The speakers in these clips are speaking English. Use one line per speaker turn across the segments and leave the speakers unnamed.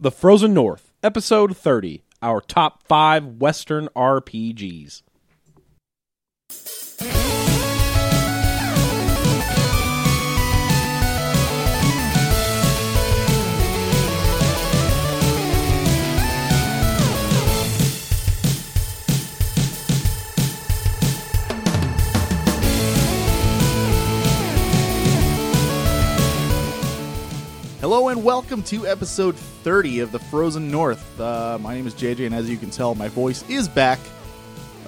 The Frozen North, episode 30, our top 5 Western RPGs.
Hello and welcome to episode 30 of the Frozen North. Uh, my name is JJ, and as you can tell, my voice is back.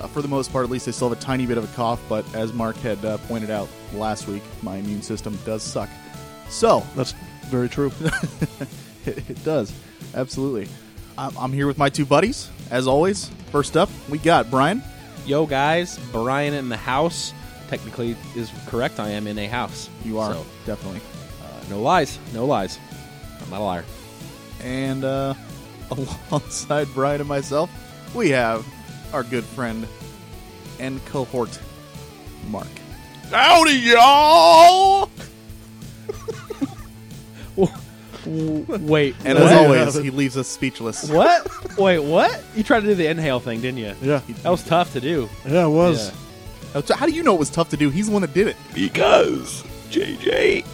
Uh, for the most part, at least I still have a tiny bit of a cough, but as Mark had uh, pointed out last week, my immune system does suck. So,
That's very true.
it, it does. Absolutely. I'm, I'm here with my two buddies, as always. First up, we got Brian.
Yo, guys, Brian in the house. Technically is correct. I am in a house.
You are,
So,
definitely.
uh, no lies. No lies. I'm not a liar.
And uh, alongside Brian and myself, we have our good friend and cohort, Mark.
Howdy, y'all!
Wait.
And
what?
as always, he leaves us speechless.
What? Wait, what? You tried to do the inhale thing, didn't you?
Yeah,
That was tough to do.
yeah, it was.
Yeah.
Now, t- How do you know it was tough to do? He's the one that did it.
Because JJ.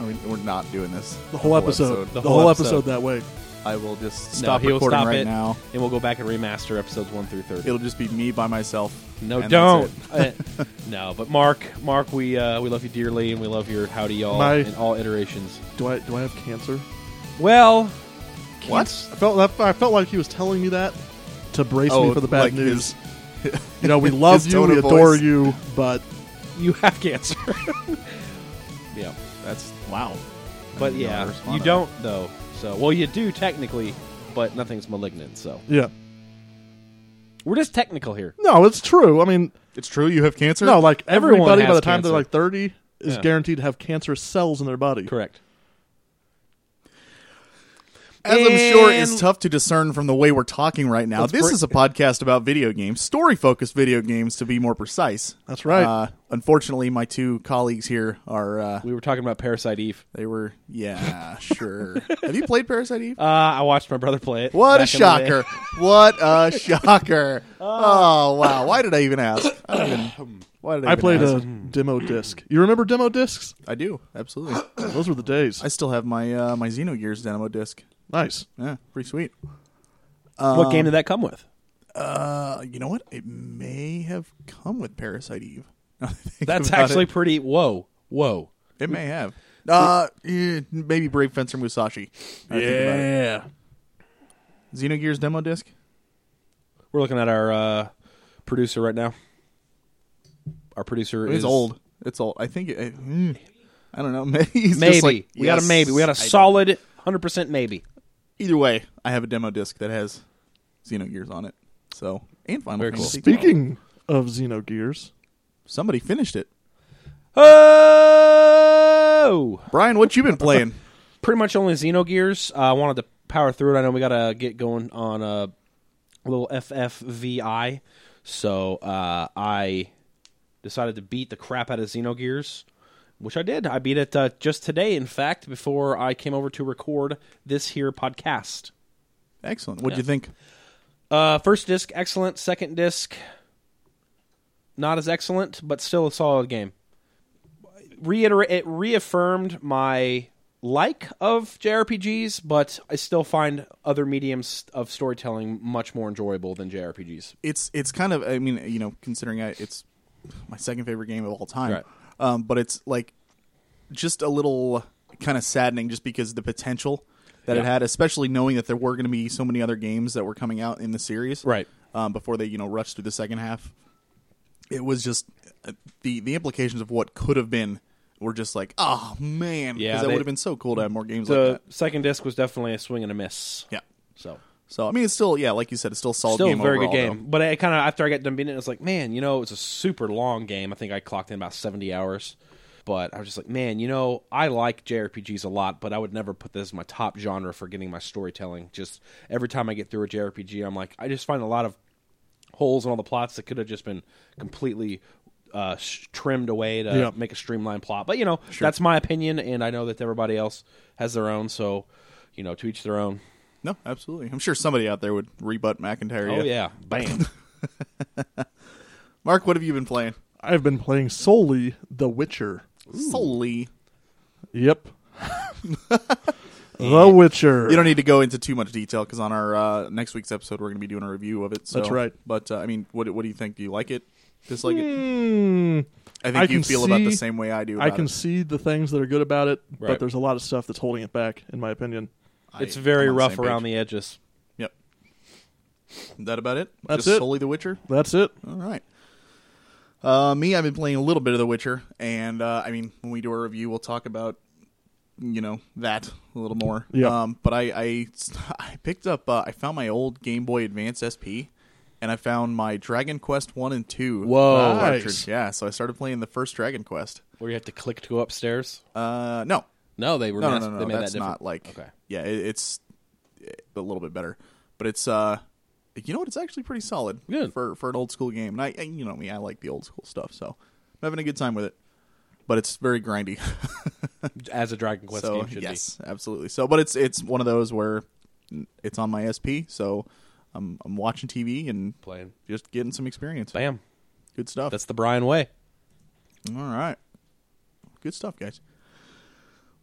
I mean, we're not doing this.
The whole episode. The, whole, episode. that way.
I will just
No,
stop
he'll
recording
stop
right
it.
now.
And we'll go back and remaster episodes 1 through 30.
It'll just be me by myself.
no,
and that's
don't.
it.
Uh, no, but Mark, Mark, we uh, we love you dearly and we love your howdy y'all
My-
in all iterations.
Do I do I have cancer?
Well,
What?
I felt that, I felt like he was telling me that to brace me for the bad
Oh, like
news.
his-
you know, we love
his
you,
tone
we
of
adore
voice.
you, but
you have cancer. yeah.
That's wow. I
But
didn't know how to
yeah,
respond
you
to that.
don't though. So, well you do technically, but nothing's malignant, so.
yeah.
We're just technical here.
No, it's true. I mean,
It's true. You have cancer.
no, like
Everyone
everybody by
has
the time
cancer.
they're like 30 is
Yeah.
guaranteed to have cancerous cells in their body.
Correct.
as I'm sure is
And-
tough to discern from the way we're talking right now.
Let's
This
bring-
is a podcast about video games, story focused video games, to be more precise.
That's right.
Uh, unfortunately, my two colleagues here are. Uh,
We were talking about Parasite Eve.
they were. Yeah, sure. have you played Parasite Eve?
Uh, I watched my brother play it.
What a
back in the day.
shocker! What a shocker! oh wow! Why did I even ask? I don't even. Why did I?
I
even
played
ask?
a demo disc. You remember demo discs?
I do absolutely.
Those were the days.
I still have my uh, my Xenogears demo disc.
Nice.
Yeah, pretty sweet.
What
Um,
game did that come with?
Uh, you know what? It may have come with Parasite Eve. Now that I think
That's
about
actually
it,
pretty. Whoa, whoa.
it may have. Uh, eh, maybe Brave Fencer Musashi. now that I think about it. Xenogears demo disc.
We're looking at our uh, producer right now. Our producer
It's
is
old. It's old. I think. It, eh, mm, I don't know. Maybe he's
Maybe
just like,
we got a
yes,
maybe. We got a
I don't
solid hundred percent maybe.
either way, I have a demo disc that has Xenogears on it. So and Final
Very
Fantasy. twelve.
Speaking of Xenogears,
somebody finished it.
Oh,
Brian, what you been playing?
pretty much only Xenogears. Uh, I wanted to power through it. I know we gotta get going on a little FFVI, so uh, I decided to beat the crap out of Xenogears, which I did. I beat it uh, just today, in fact, before I came over to record this here podcast.
Excellent. What'd you think?
Uh, first disc, excellent. Second disc, not as excellent, but still a solid game. Reiterate, it reaffirmed my like of JRPGs, but I still find other mediums of storytelling much more enjoyable than JRPGs.
It's it's kind of I mean you know considering I, it's my second favorite game of all time,
Right.
um, but it's like just a little kind of saddening just because the potential that it
Yeah.
had, especially knowing that there were going to be so many other games that were coming out in the series,
Right.
Um, before they you know rushed through the second half, it was just uh, the the implications of what could have been were just like oh man,
Yeah,
because that
they-
would have been so cool to have more games
The
like that.
second disc was definitely a swing and a miss.
Yeah.
So
So I mean, it's still yeah, like you said, it's still a solid.
still
game
a very
overall,
good game. But I kind of after I got done beating it, I was like, man, you know, it's a super long game. I think I clocked in about seventy hours. But I was just like, man, you know, I like JRPGs a lot, but I would never put this as my top genre for getting my storytelling. Just every time I get through a JRPG, I'm like, I just find a lot of holes in all the plots that could have just been completely uh, sh- trimmed away to
Yeah.
make a streamlined plot. But you know, that's my opinion, and I know that everybody else has their own. So, you know, to each their own.
No, absolutely. I'm sure somebody out there would rebut McIntyre.
Oh
you.
yeah, bam.
Mark, what have you been playing?
I've been playing solely The Witcher.
Solely.
Yep. the Witcher.
You don't need to go into too much detail because on our uh, next week's episode, we're going to be doing a review of it. So.
That's right.
But uh, I mean, what what do you think? Do you like it? Dislike it?
Hmm.
I think
I
you
can
feel about the
see-
same way I do.
I
about
can
it.
see the things that are good about it,
Right.
but there's a lot of stuff that's holding it back, in my opinion.
I-
it's very
I'm on the
rough
same
around
page.
the edges.
Yep. That about it?
That's
Just
it.
solely The Witcher?
That's it.
All right. Uh, me, I've been playing a little bit of The Witcher, and uh, I mean, when we do our review, we'll talk about you know that a little more.
Yeah.
Um, but I, I, I picked up. Uh, I found my old Game Boy Advance SP, and I found my Dragon Quest one and two.
Whoa.
cartridge.
Nice.
Yeah. So I started playing the first Dragon Quest.
Where you have to click to go upstairs.
Uh, no,
No, they were.
no,
mas-
no, no,
they
no,
made
That's
that different.
not like.
Okay.
Yeah, it, it's a little bit better, but it's uh, you know what? It's actually pretty solid
Good.
for for an old school game. And I, I- you know me, I like the old school stuff, so I'm having a good time with it. But it's very grindy.
as a Dragon Quest
so
game should
yes, absolutely. So, but it's it's one of those where it's on my SP, so I'm I'm watching TV and
be playing.
just getting some experience.
Bam.
Good stuff.
That's the Brian way.
All right. Good stuff, guys.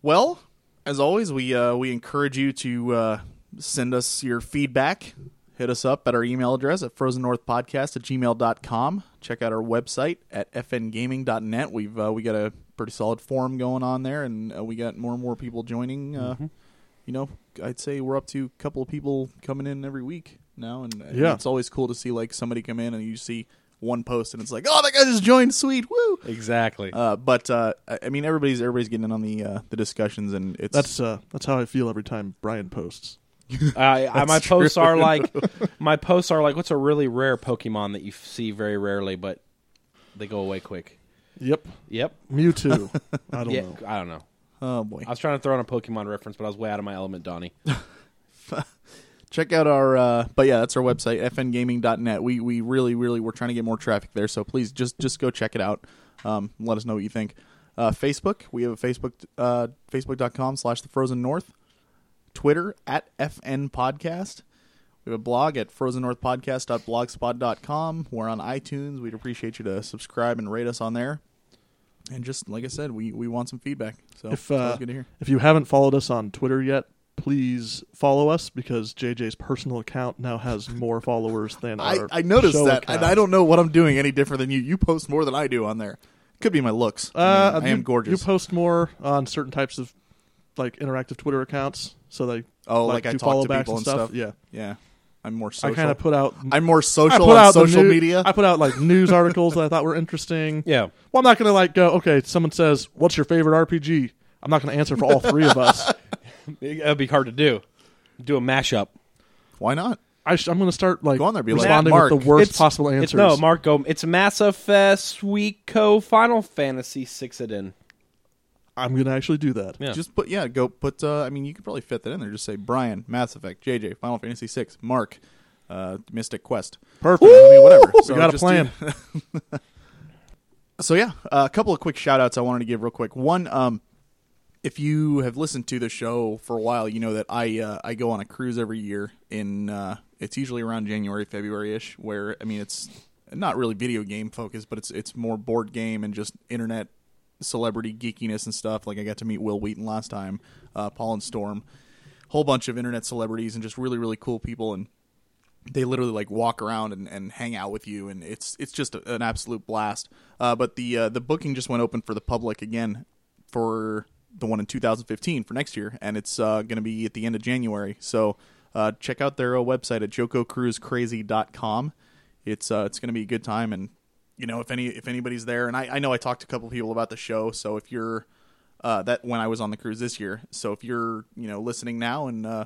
Well, as always, we uh, we encourage you to uh, send us your feedback. Hit us up at our email address at frozennorthpodcast at gmail.com. Check out our website at fngaming.net. We've uh, we got a pretty solid forum going on there, and uh, we got more and more people joining. Uh, You know, I'd say we're up to a couple of people coming in every week now, and uh,
Yeah.
it's always cool to see like somebody come in and you see one post and it's like, oh, that guy just joined, sweet, woo!
Exactly.
Uh, but uh, I I mean, everybody's everybody's getting in on the uh, the discussions, and it's
That's uh, that's how I feel every time Brian posts.
I, I, my posts are like my posts are like what's a really rare Pokemon that you f- see very rarely, but they go away quick.
Yep.
Yep.
Mewtwo. I don't
yeah.
know.
I don't know.
oh boy.
I was trying to throw in a Pokemon reference, but I was way out of my element, Donnie.
Check out our uh, but yeah, that's our website fngaming.net. We we really really we're trying to get more traffic there, so please just just go check it out. Um, let us know what you think. Uh, Facebook, we have a Facebook uh, facebook.com slash the frozen north. Twitter at FN Podcast. We have a blog at frozennorthpodcast.blogspot.com. We're on iTunes. We'd appreciate you to subscribe and rate us on there. And just like I said, we, we want some feedback. So
If
it's
uh,
always good to hear.
if you haven't followed us on Twitter yet, please follow us because JJ's personal account now has more followers than
I,
our
I noticed
show
that,
account.
and I don't know what I'm doing any different than you. You post more than I do on there. Could be my looks. I,
Uh,
mean, I am
you-
gorgeous.
You post more on certain types of like interactive Twitter accounts, so they
oh, like,
do
I talk
follow
to
backs
people
and stuff. Yeah,
yeah. I'm more social.
I kind of put out.
I'm more
I
social
put
on
out the
social
new-
media.
I put out like news articles that I thought were interesting.
Yeah.
Well, I'm not gonna like go. Okay, someone says, "What's your favorite RPG?" I'm not gonna answer for all three of us.
That'd be hard to do. Do a mashup.
Why not?
I sh- I'm gonna start like
Go on there, be like,
responding
Matt,
with
Mark,
the worst
It's-
possible
it's-
answers.
no, Marco. It's Mass Effect Suiko Final Fantasy Six it in.
I'm gonna actually do that.
Yeah.
Just put yeah. Go put. Uh, I mean, you could probably fit that in there. Just say Brian, Mass Effect, JJ, Final Fantasy VI, Mark, uh, Mystic Quest.
Perfect.
I mean, whatever.
We
So
got a
just
plan.
do- So yeah, uh, a couple of quick shout outs I wanted to give real quick. One, um, if you have listened to the show for a while, you know that I uh, I go on a cruise every year in uh, it's usually around January February ish. Where I mean it's not really video game focused, but it's it's more board game and just internet celebrity geekiness and stuff. Like I got to meet Will Wheaton last time, uh, Paul and Storm, whole bunch of internet celebrities and just really really cool people and they literally like walk around and, and hang out with you and it's it's just a, an absolute blast uh, but the uh, the booking just went open for the public again for the one in 2015 for next year and it's uh, going to be at the end of january so uh, check out their uh, website at jococruisecrazy.com it's uh, it's going to be a good time and you know if any if anybody's there and i, I know i talked to a couple people about the show so if you're uh, that when i was on the cruise this year so if you're you know listening now and uh,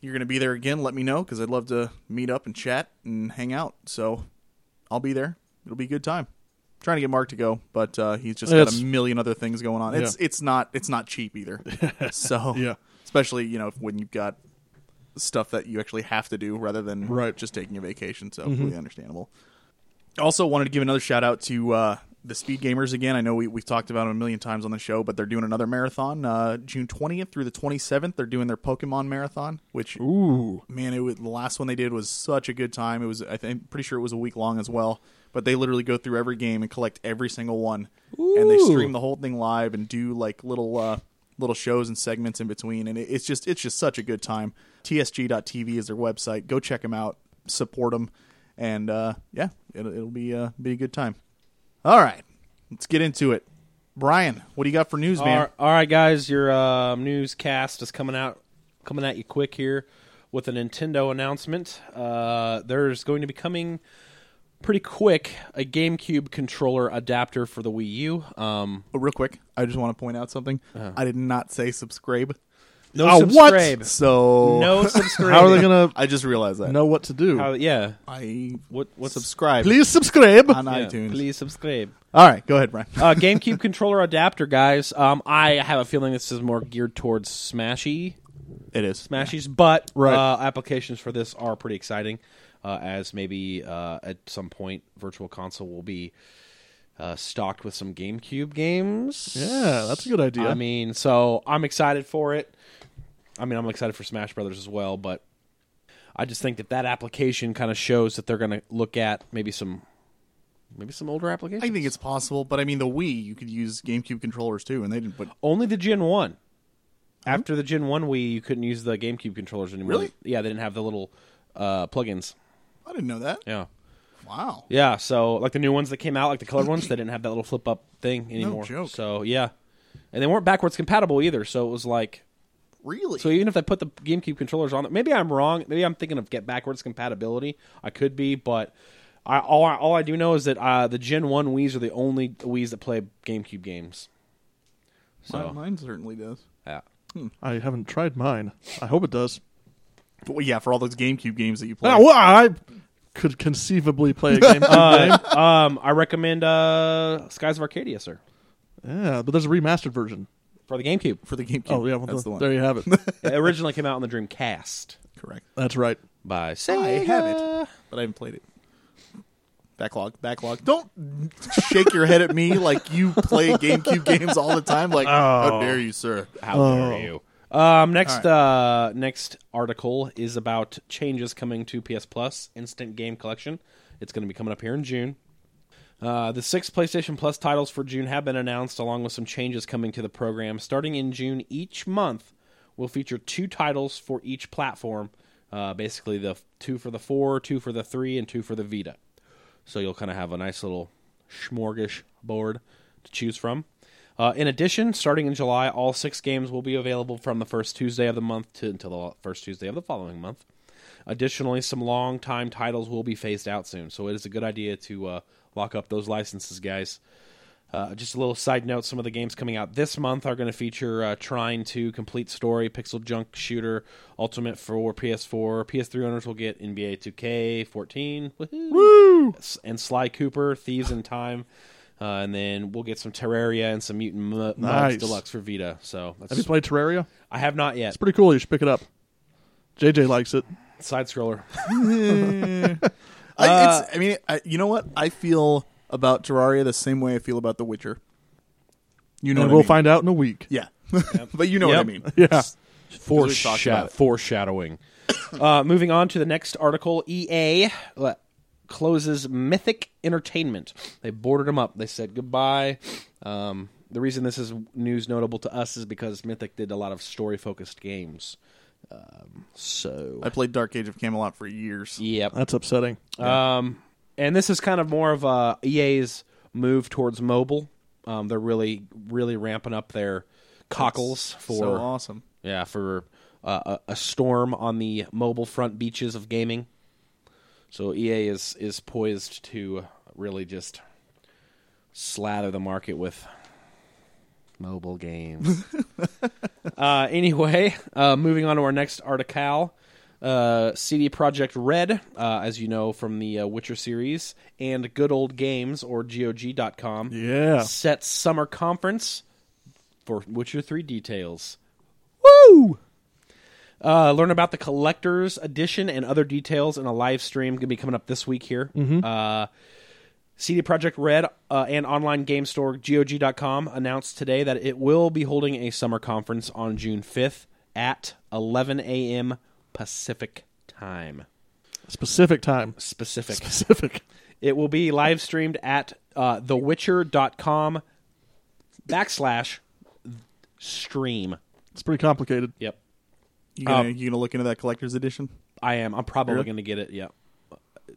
you're going to be there again, let me know because I'd love to meet up and chat and hang out. So I'll be there. It'll be a good time. trying to get Mark to go, but uh, he's just got
It's-
a million other things going on. It's it's not it's not cheap either. so
Yeah.
especially you know when you've got stuff that you actually have to do rather than
Right. Mm-hmm.
just taking a vacation. So completely understandable. Also wanted to give another shout out to uh, the speed gamers again. I know we, we've talked about them a million times on the show, but they're doing another marathon uh, June 20th through the 27th. They're doing their Pokemon marathon, which
Ooh.
man, it was, the last one they did was such a good time. It was I think, I'm pretty sure it was a week long as well. But they literally go through every game and collect every single one, and they
Ooh.
stream the whole thing live and do like little uh, little shows and segments in between. And it, it's just it's just such a good time. TSG.tv is their website. Go check them out, support them, and uh, yeah, it'll, it'll be uh, be a good time. All right, let's get into it. Brian, what do you got for news, man?
All- all right, guys, your uh, newscast is coming out, coming at you quick here with a Nintendo announcement. Uh, there's going to be coming pretty quick a GameCube controller adapter for the Wii U. Um,
Oh, real quick, I just want to point out something. I did not say subscribe.
no
Oh, what?
Uh-huh. subscribe.
So
No subscribe.
How are they gonna
I just realized that.
know what to do?
How- yeah.
I
What? What's
subscribe
Please subscribe.
on
yeah,
iTunes.
Please subscribe.
All right, go ahead, Brian.
uh, GameCube controller adapter, guys. Um, I have a feeling this is more geared towards Smashy,
It is.
Smashies, but
Right.
uh, applications for this are pretty exciting. Uh, as maybe uh, at some point, Virtual Console will be uh, stocked with some GameCube games.
Yeah, that's a good idea.
I mean, so I'm excited for it. I mean, I'm excited for Smash Brothers as well, but I just think that that application kind of shows that they're going to look at maybe some, maybe some older applications.
I think it's possible, but I mean, the Wii you could use GameCube controllers too, and they didn't. But
Only the Gen One. After the Gen One Wii, you couldn't use the GameCube controllers anymore.
Hmm? Really?
Yeah, they didn't have the little uh, plugins.
I didn't know that.
Yeah,
Wow.
yeah. So like the new ones that came out, like the colored ones, they didn't have that little flip up thing anymore.
joke.
So yeah, and they weren't backwards compatible either. So it was like,
Really?
so even if I put the GameCube controllers on, maybe I'm wrong. Maybe I'm thinking of get backwards compatibility. I could be, but. I, all, I, all I do know is that uh, the Gen 1 Wii's are the only Wii's that play GameCube games.
Mine-
So,
mine certainly does.
yeah.
I haven't tried mine. I hope it does.
Well, yeah, for all those GameCube games that you play.
Ah, well, I could conceivably play a game.
Uh, um, I recommend uh, Skies of Arcadia, sir,
yeah, but there's a remastered version.
for the GameCube.
for the GameCube.
Oh yeah, well,
that's the one.
there you have it.
it originally came out on the Dreamcast
Correct.
That's right.
by
I
Sega.
have it, but I haven't played it. Backlog, backlog. Don't shake your head at me like you play GameCube games all the time. Like,
Oh.
how dare you, sir?
How dare you? Um, next, uh, next article is about changes coming to PS Plus Instant Game Collection. It's going to be coming up here in June. Uh, the six PlayStation Plus titles for June have been announced, along with some changes coming to the program. Starting in June, each month will feature two titles for each platform. Uh, basically, the f- two for the four, two for the three, and two for the Vita. So you'll kind of have a nice little smorgasbord to choose from. Uh, in addition, starting in July, all six games will be available from the first Tuesday of the month to until the first Tuesday of the following month. Additionally, some long time titles will be phased out soon, so it is a good idea to uh, lock up those licenses, guys. Uh, just a little side note: some of the games coming out this month are going to feature uh, Trine 2, Complete Story, Pixel Junk Shooter, Ultimate for PS4. PS3 owners will get NBA 2K14, woohoo, S- and Sly Cooper, Thieves in Time, uh, and then we'll get some Terraria and some Mutant Mu- Mugs
Nice.
Deluxe for Vita. So that's,
Have you played Terraria?
I have not yet.
It's pretty cool. You should pick it up. JJ likes it.
Side scroller.
I,
Uh,
it's, I mean, I, you know what? I feel about Terraria the same way I feel about The Witcher. You know,
and
what I
we'll
mean.
find out in a week.
Yeah, but you know what I
Yep.
mean.
Yeah.
we've talked about
Foresha-
it.
foreshadowing. uh, moving on to the next article, EA le- closes Mythic Entertainment. They boarded them up. They said goodbye. Um, the reason this is news notable to us is because Mythic did a lot of story focused games. Um, so,
I played Dark Age of Camelot for years.
yep.
That's upsetting.
Um, and this is kind of more of uh, EA's move towards mobile. Um, they're really, really ramping up their cockles for
so awesome.
yeah, for uh, a, a storm on the mobile front beaches of gaming. So EA is is poised to really just slather the market with mobile games. uh, anyway, uh, moving on to our next article. Uh, CD Project Red, uh, as you know from the uh, Witcher series, and Good Old Games or GOG.com
Yeah.
sets summer conference for Witcher 3 details.
Woo!
Uh, learn about the
Mm-hmm.
collector's edition and other details in a live stream. Going to be coming up this week here. Uh, CD Projekt Red uh, and online game store GOG.com announced today that it will be holding a summer conference on June 5th at 11 a.m. Pacific time.
Specific time.
Specific.
Specific.
It will be live streamed at uh, thewitcher.com backslash stream.
It's pretty complicated.
Yep.
You gonna, you gonna look into that collector's edition?
I am. I'm probably going to get it. Yep.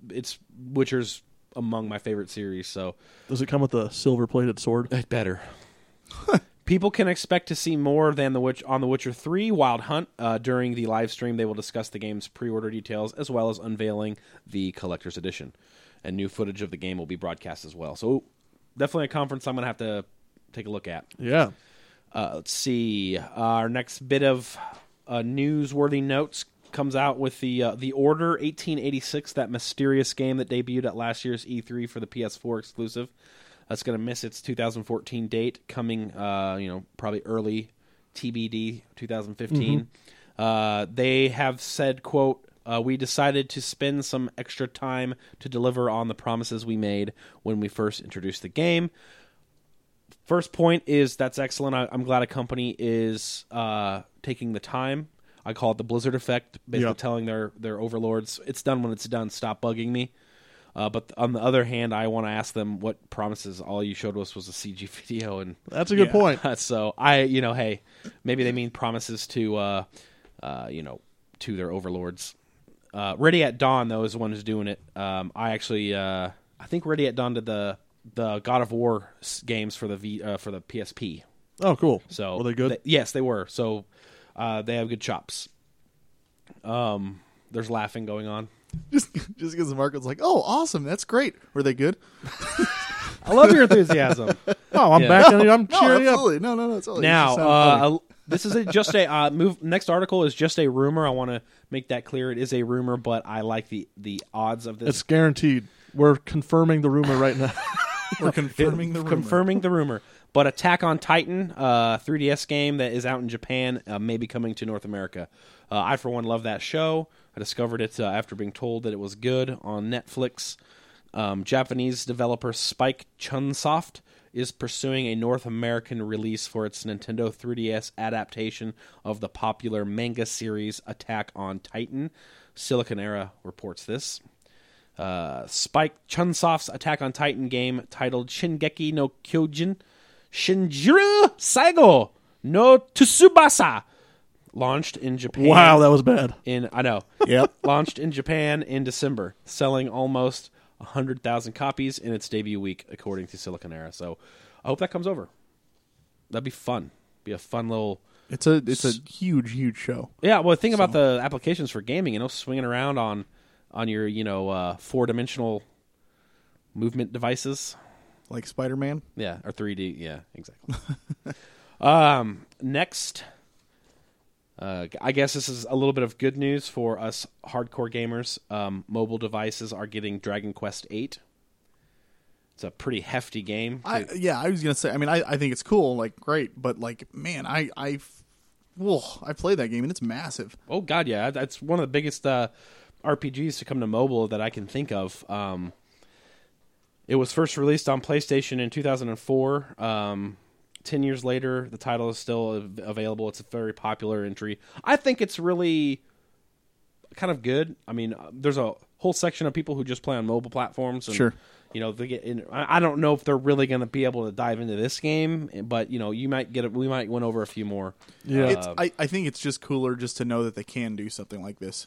It's Witcher's among my favorite series, so
Does it come with a silver plated sword?
It better. People can expect to see more than the Witch on the Witcher Three Wild Hunt uh, during the live stream. They will discuss the game's pre-order details as well as unveiling the collector's edition, and new footage of the game will be broadcast as well. So, definitely a conference I'm going to have to take a look at.
Yeah.
Uh, let's see. Our next bit of uh, newsworthy notes comes out with the uh, the Order 1886, that mysterious game that debuted at last year's E3 for the PS4 exclusive. That's going to miss its 2014 date, coming uh, you know probably early TBD 2015. Uh, they have said, "quote uh, We decided to spend some extra time to deliver on the promises we made when we first introduced the game." first point is that's excellent. I, I'm glad a company is uh, taking the time. I call it the Blizzard effect, basically
Yeah.
telling their their overlords it's done when it's done. Stop bugging me. Uh, but on the other hand, I want to ask them what promises all you showed us was a CG video, and
That's a good point.
so I, you know, hey, maybe they mean promises to, uh, uh, you know, to their overlords. Uh, Ready at Dawn though is the one who's doing it. Um, I actually, uh, I think Ready at Dawn did the the God of War s- games for the v, uh, for the PSP.
Oh, cool.
So
were they good?
yes, they were. So uh, they have good chops. Um, there's laughing going on.
Just just because Mark was like, "Oh, awesome, that's great." Were they good?
I love your enthusiasm.
oh, I'm
Yeah.
back. on you. I'm
No,
cheering you up.
absolutely. No, no, no. It's all, it
now
just sounded
uh,
funny.
a- this is a, just a uh, move next article is just a rumor i want to make that clear it is a rumor but i like the the odds of this
It's guaranteed. We're confirming the rumor right now.
we're confirming the rumor.
confirming the rumor but attack on titan uh, 3ds game that is out in japan uh, may be coming to north america uh, i for one love that show i discovered it uh, after being told that it was good on netflix um, japanese developer spike chunsoft is pursuing a North American release for its Nintendo 3DS adaptation of the popular manga series Attack on Titan. Silicon Era reports this. Uh, Spike Chunsoft's Attack on Titan game titled Shingeki no Kyojin Shinjiru Saigo no Tsubasa launched in Japan.
wow, that was bad.
in I know.
Yep.
launched in Japan in December, selling almost 100,000 copies in its debut week according to Silicon Era. So, I hope that comes over. That'd be fun. Be a fun little
It's a it's a huge huge show.
yeah, well, think about the applications for gaming. You know, swinging around on on your you know uh, four dimensional movement devices.
Like Spider Man.
Yeah, or three D. Yeah, exactly. um, next, uh, I guess this is a little bit of good news for us hardcore gamers. Um, mobile devices are getting Dragon Quest Eight. It's a pretty hefty game.
I yeah, I was gonna say. I mean, I, I think it's cool, like great, but like man, I I, whoa, I played that game and it's massive.
Oh God, yeah, that's one of the biggest uh, RPGs to come to mobile that I can think of. Um, it was first released on PlayStation in 2004. Um, Ten years later, the title is still av- available. It's a very popular entry. I think it's really kind of good. I mean, uh, there's a whole section of people who just play on mobile platforms. And,
Sure.
You know, they get in, I I don't know if they're really going to be able to dive into this game, but you know, you might get. A, we might win over a few more. uh,
Yeah.
It's I, I think it's just cooler just to know that they can do something like this.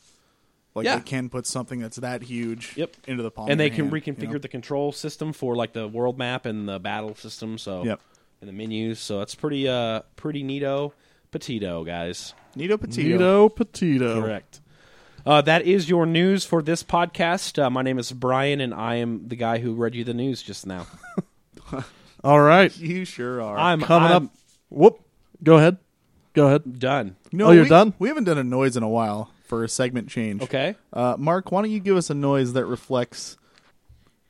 Like
Yeah.
they can put something that's that huge
Yep.
into the palm.
and
of
they
your
can
hand,
reconfigure
you know?
the control system for like the world map and the battle system. So
Yep.
and the menus. So that's pretty uh pretty neato petito, guys.
Nito Petito.
Nito Petito.
Correct. Uh, that is your news for this podcast. Uh, my name is Brian, and I am the guy who read you the news just now.
All right.
You sure are.
I'm
Coming
I'm
up. Whoop. Go ahead. Go ahead.
Done.
no,
Oh, you're
we-
done?
We haven't done a noise in a while for a segment change.
Okay.
Uh, Mark, why don't you give us a noise that reflects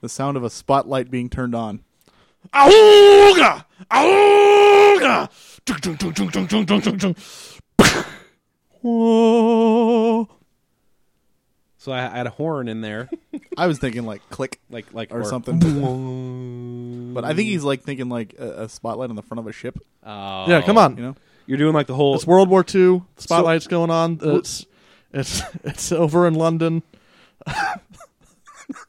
the sound of a spotlight being turned on?
Auga! Auga! Tung, tung, tung, tung, tung, tung, tung, tung, tung. Whoa.
So I, I had a horn in there.
I was thinking like click
Like like
or, something. but I think he's like thinking like a, a spotlight on the front of a ship.
Oh.
yeah, come on.
You know,
You're doing like the whole
It's World War II. Spotlight's going on. It's it's it's over in London.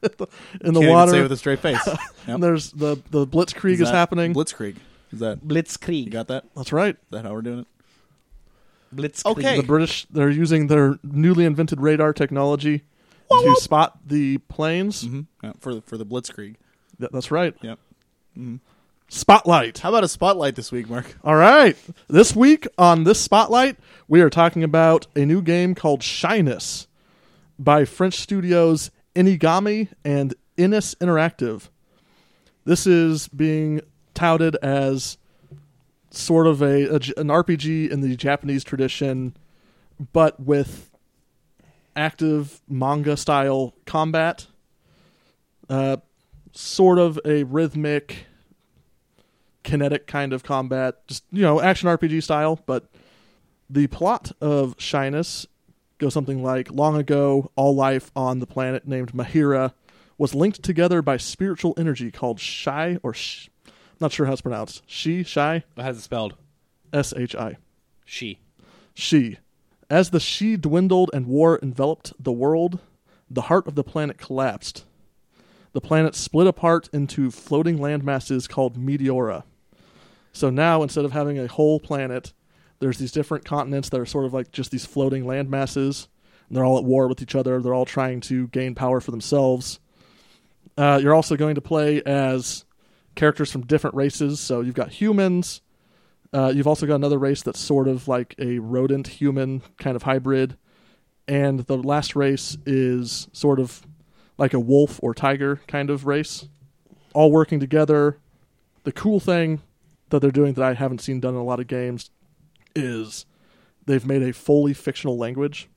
in the
Can't even
water.
say it with a straight face. Yep.
and there's the the blitzkrieg is,
that
happening.
Blitzkrieg. Is that you
blitzkrieg.
got that? Is
That's right.
that how we're doing it?
Blitzkrieg.
Okay.
The British they're using their newly invented radar technology to spot the planes.
Mm-hmm. Yeah, for the for the Blitzkrieg.
Th- That's right.
Yep.
Spotlight.
How about a spotlight this week, Mark?
All right. This week on this spotlight, we are talking about a new game called Shyness by French studios Inigami and Innis Interactive. This is being touted as sort of a, a J- an RPG in the Japanese tradition, but with active manga style combat. Uh, sort of a rhythmic kinetic kind of combat, just you know, action RPG style. But the plot of Shyness goes something like: Long ago, all life on the planet named Mahira was linked together by spiritual energy called Shy or Sh. Not sure how it's pronounced. She, Shy,
How's it spelled?
S H I
She.
she. As the she dwindled and war enveloped the world, the heart of the planet collapsed. The planet split apart into floating landmasses called meteora. So now, instead of having a whole planet, there's these different continents that are sort of like just these floating landmasses. And they're all at war with each other. They're all trying to gain power for themselves. Uh, you're also going to play as characters from different races. So you've got humans, uh, you've also got another race that's sort of like a rodent human kind of hybrid. And the last race is sort of like a wolf or tiger kind of race, all working together. The cool thing that they're doing that I haven't seen done in a lot of games is they've made a fully fictional language.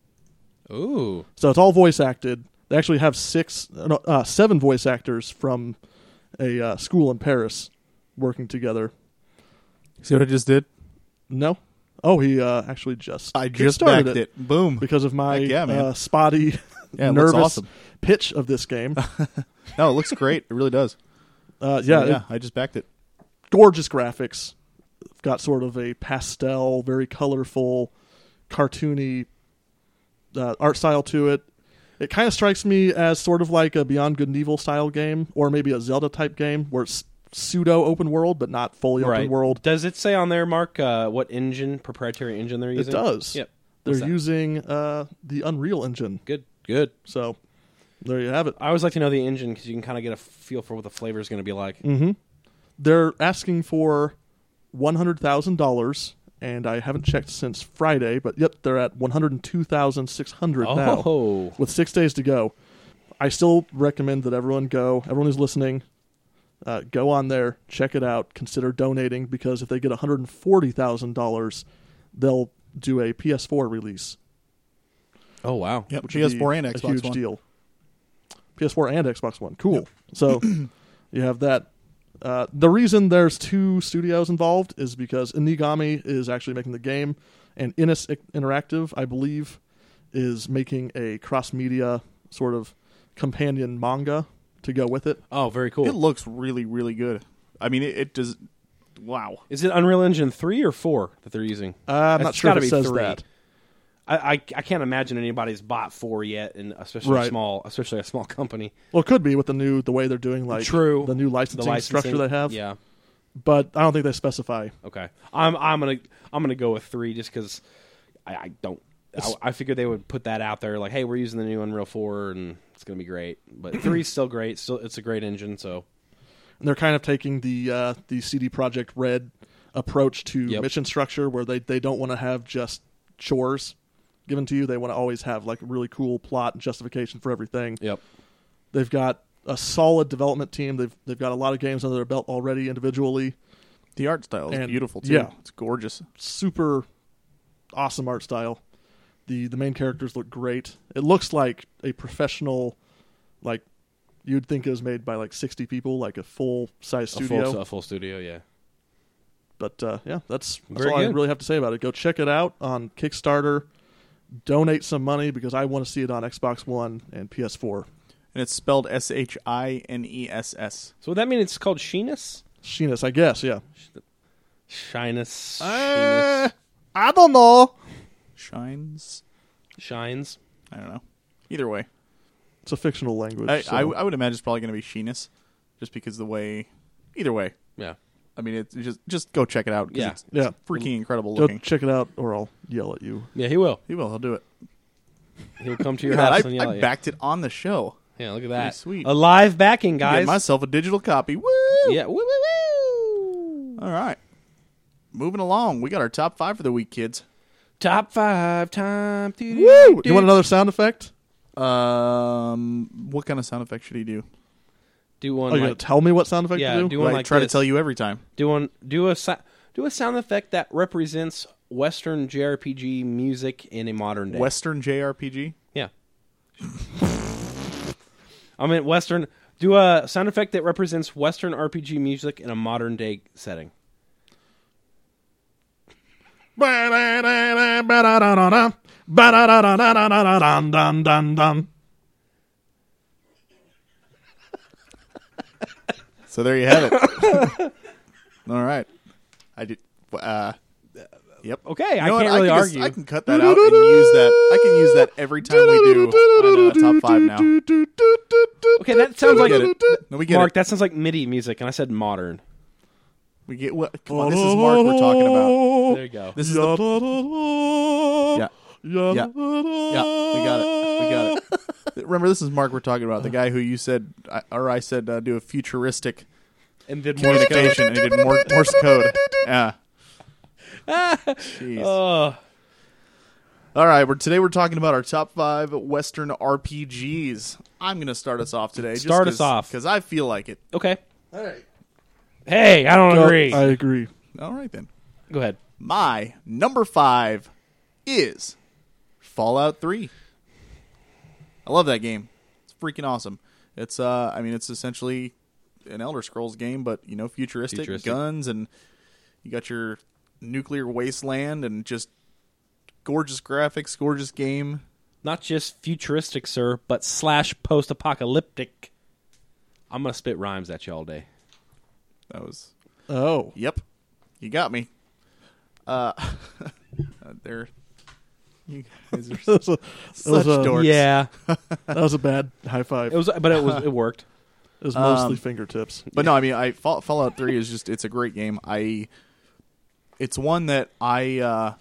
Ooh.
So it's all voice acted. They actually have six, no, uh, seven voice actors from a uh, school in Paris working together.
See what I just did?
No. Oh, he uh, actually just
I just
kickstarted
backed it. Boom.
because of my
Heck yeah, man.
uh, spotty,
Yeah, it looks
nervous
awesome.
pitch of this game.
No, it looks great. It really does.
Uh, yeah,
yeah.
it-
I just backed it.
gorgeous graphics. Got sort of a pastel, very colorful, cartoony uh, art style to it. It kind of strikes me as sort of like a Beyond Good and Evil style game, or maybe a Zelda type game where it's pseudo open world but not fully
Right.
open world.
Does it say on there, Mark, uh, what engine, proprietary engine they're
It
using?
does.
Yep. What's
They're
that?
using uh, the Unreal Engine,
Good. Good.
so there you have it.
I always like to know the engine because you can kind of get a feel for what the flavor is going to be like.
Mm-hmm. they're asking for one hundred thousand dollars, and I haven't checked since Friday, but yep, they're at one hundred and two thousand six hundred now,
Oh.
with six days to go. I still recommend that everyone go. Everyone who's listening, uh, go on there, check it out, consider donating because if they get one hundred and forty thousand dollars, they'll do a PS4 release,
Oh, wow.
Yep.
which would be
PS4 and
a
Xbox
huge
One.
deal. PS4 and Xbox One, cool. So you have that. Uh, the reason there's two studios involved is because Inigami is actually making the game, and Innis I- Interactive, I believe, is making a cross-media sort of companion manga to go with it.
Oh, very cool.
It looks really, really good. I mean, it, it does. Wow.
Is it Unreal Engine three or four that they're using?
Uh, I'm not
It's
sure if
gotta
it
be
says
three.
that.
I, I I can't imagine anybody's bought four yet, and especially
Right.
a small, especially a small company.
Well, it could be with the new the way they're doing like
True.
the new licensing, structure they have.
Yeah.
but I don't think they specify.
Okay. I'm I'm gonna I'm gonna go with three just because I, I don't. I, I figured they would put that out there, like, "Hey, we're using the new Unreal Four, and it's gonna be great." But three's still great. Still, it's a great engine. So
and they're kind of taking the uh, the CD Project Red approach to
Yep.
mission structure, where they they don't want to have just chores given to you. They want to always have like a really cool plot and justification for everything.
yep.
They've got a solid development team. They've they've got a lot of games under their belt already individually.
The art style is
And-
beautiful too.
yeah.
It's gorgeous.
Super awesome art style. The the main characters look great. It looks like a professional, like you'd think it was made by like sixty people, like a full size studio.
A full, a full studio. Yeah.
but uh, yeah, that's, that's
Very
all I
good.
really have to say about it. Go check it out on Kickstarter. Donate some money because I want to see it on Xbox One and PS4.
and it's spelled S H I N E S S.
So would that mean it's called Sheenus?
Sheenus, I guess, yeah.
Shyness.
Eh,
Sheenus.
I don't know.
Shines.
Shines.
I don't know. Either way,
It's a fictional language.
I,
so-
I, I would imagine it's probably going to be Sheenus, just because the way. Either way,
Yeah.
I mean, it's just just go check it out. 'cause
Yeah.
it's
yeah.
freaking incredible
Go
looking.
check it out, or I'll yell at you.
Yeah, he will.
He will. He'll do it.
He'll come to your
Look at
house
that.
and
I,
yell
I
at you.
backed it on the show.
Yeah, look at that.
sweet.
A live backing, guys.
Get myself a digital copy. Woo!
yeah. Woo, woo, woo.
All right. Moving along, we got our top five for the week, kids.
Top five time.
Woo! You want another sound effect?
Um, what kind of sound effect should he do?
Do
Are
Oh,
one.
you gonna
like,
tell me what sound effect
Yeah,
to do?
do
Well,
one
I
like
try
this.
to tell you every time.
do one. Do a si- do a sound effect that represents Western JRPG music in a modern day.
Western JRPG.
Yeah. I mean, Western. Do a sound effect that represents Western RPG music in a modern day setting.
So there you have it. All right. I did. Uh, yep.
Okay, I
You know what?
can't really
can just-
argue.
I can cut that out and use that. I can use that every time we do on, uh, top five now.
Okay, that sounds like
Get it? No, we get
Mark.
it.
That sounds like MIDI music, and I said modern.
We get what? Come on, this is Mark we're talking about.
There you go.
This is the yeah. Yeah. Yeah, we got it. We got it. Remember, this is Mark we're talking about, the guy who you said, I- or I said, uh, do a futuristic
and then Morse code.
communication and he did Mor- Morse code. Yeah. Jeez.
Uh,
All right, we're, today we're talking about our top five Western RPGs. I'm going to start us off today.
Start us off.
Because I feel like it.
okay. Hey, I don't
Go-
agree.
I agree.
All right, then.
Go ahead.
My number five is Fallout 3. I love that game. It's freaking awesome. It's uh I mean it's essentially an Elder Scrolls game, but you know, futuristic,
Futuristic.
guns and you got your nuclear wasteland and just gorgeous graphics, gorgeous game.
Not just futuristic, sir, but slash post-apocalyptic. I'm gonna spit rhymes at you all day.
That was
Oh.
Yep. You got me. Uh there you guys are
That was a- that
such
was uh, a-
dorks.
Yeah,
That was a bad high five.
it was, but it was it worked.
It was mostly
um,
fingertips.
But no, I mean, I Fall- Fallout Three is just it's a great game. I it's one that I uh,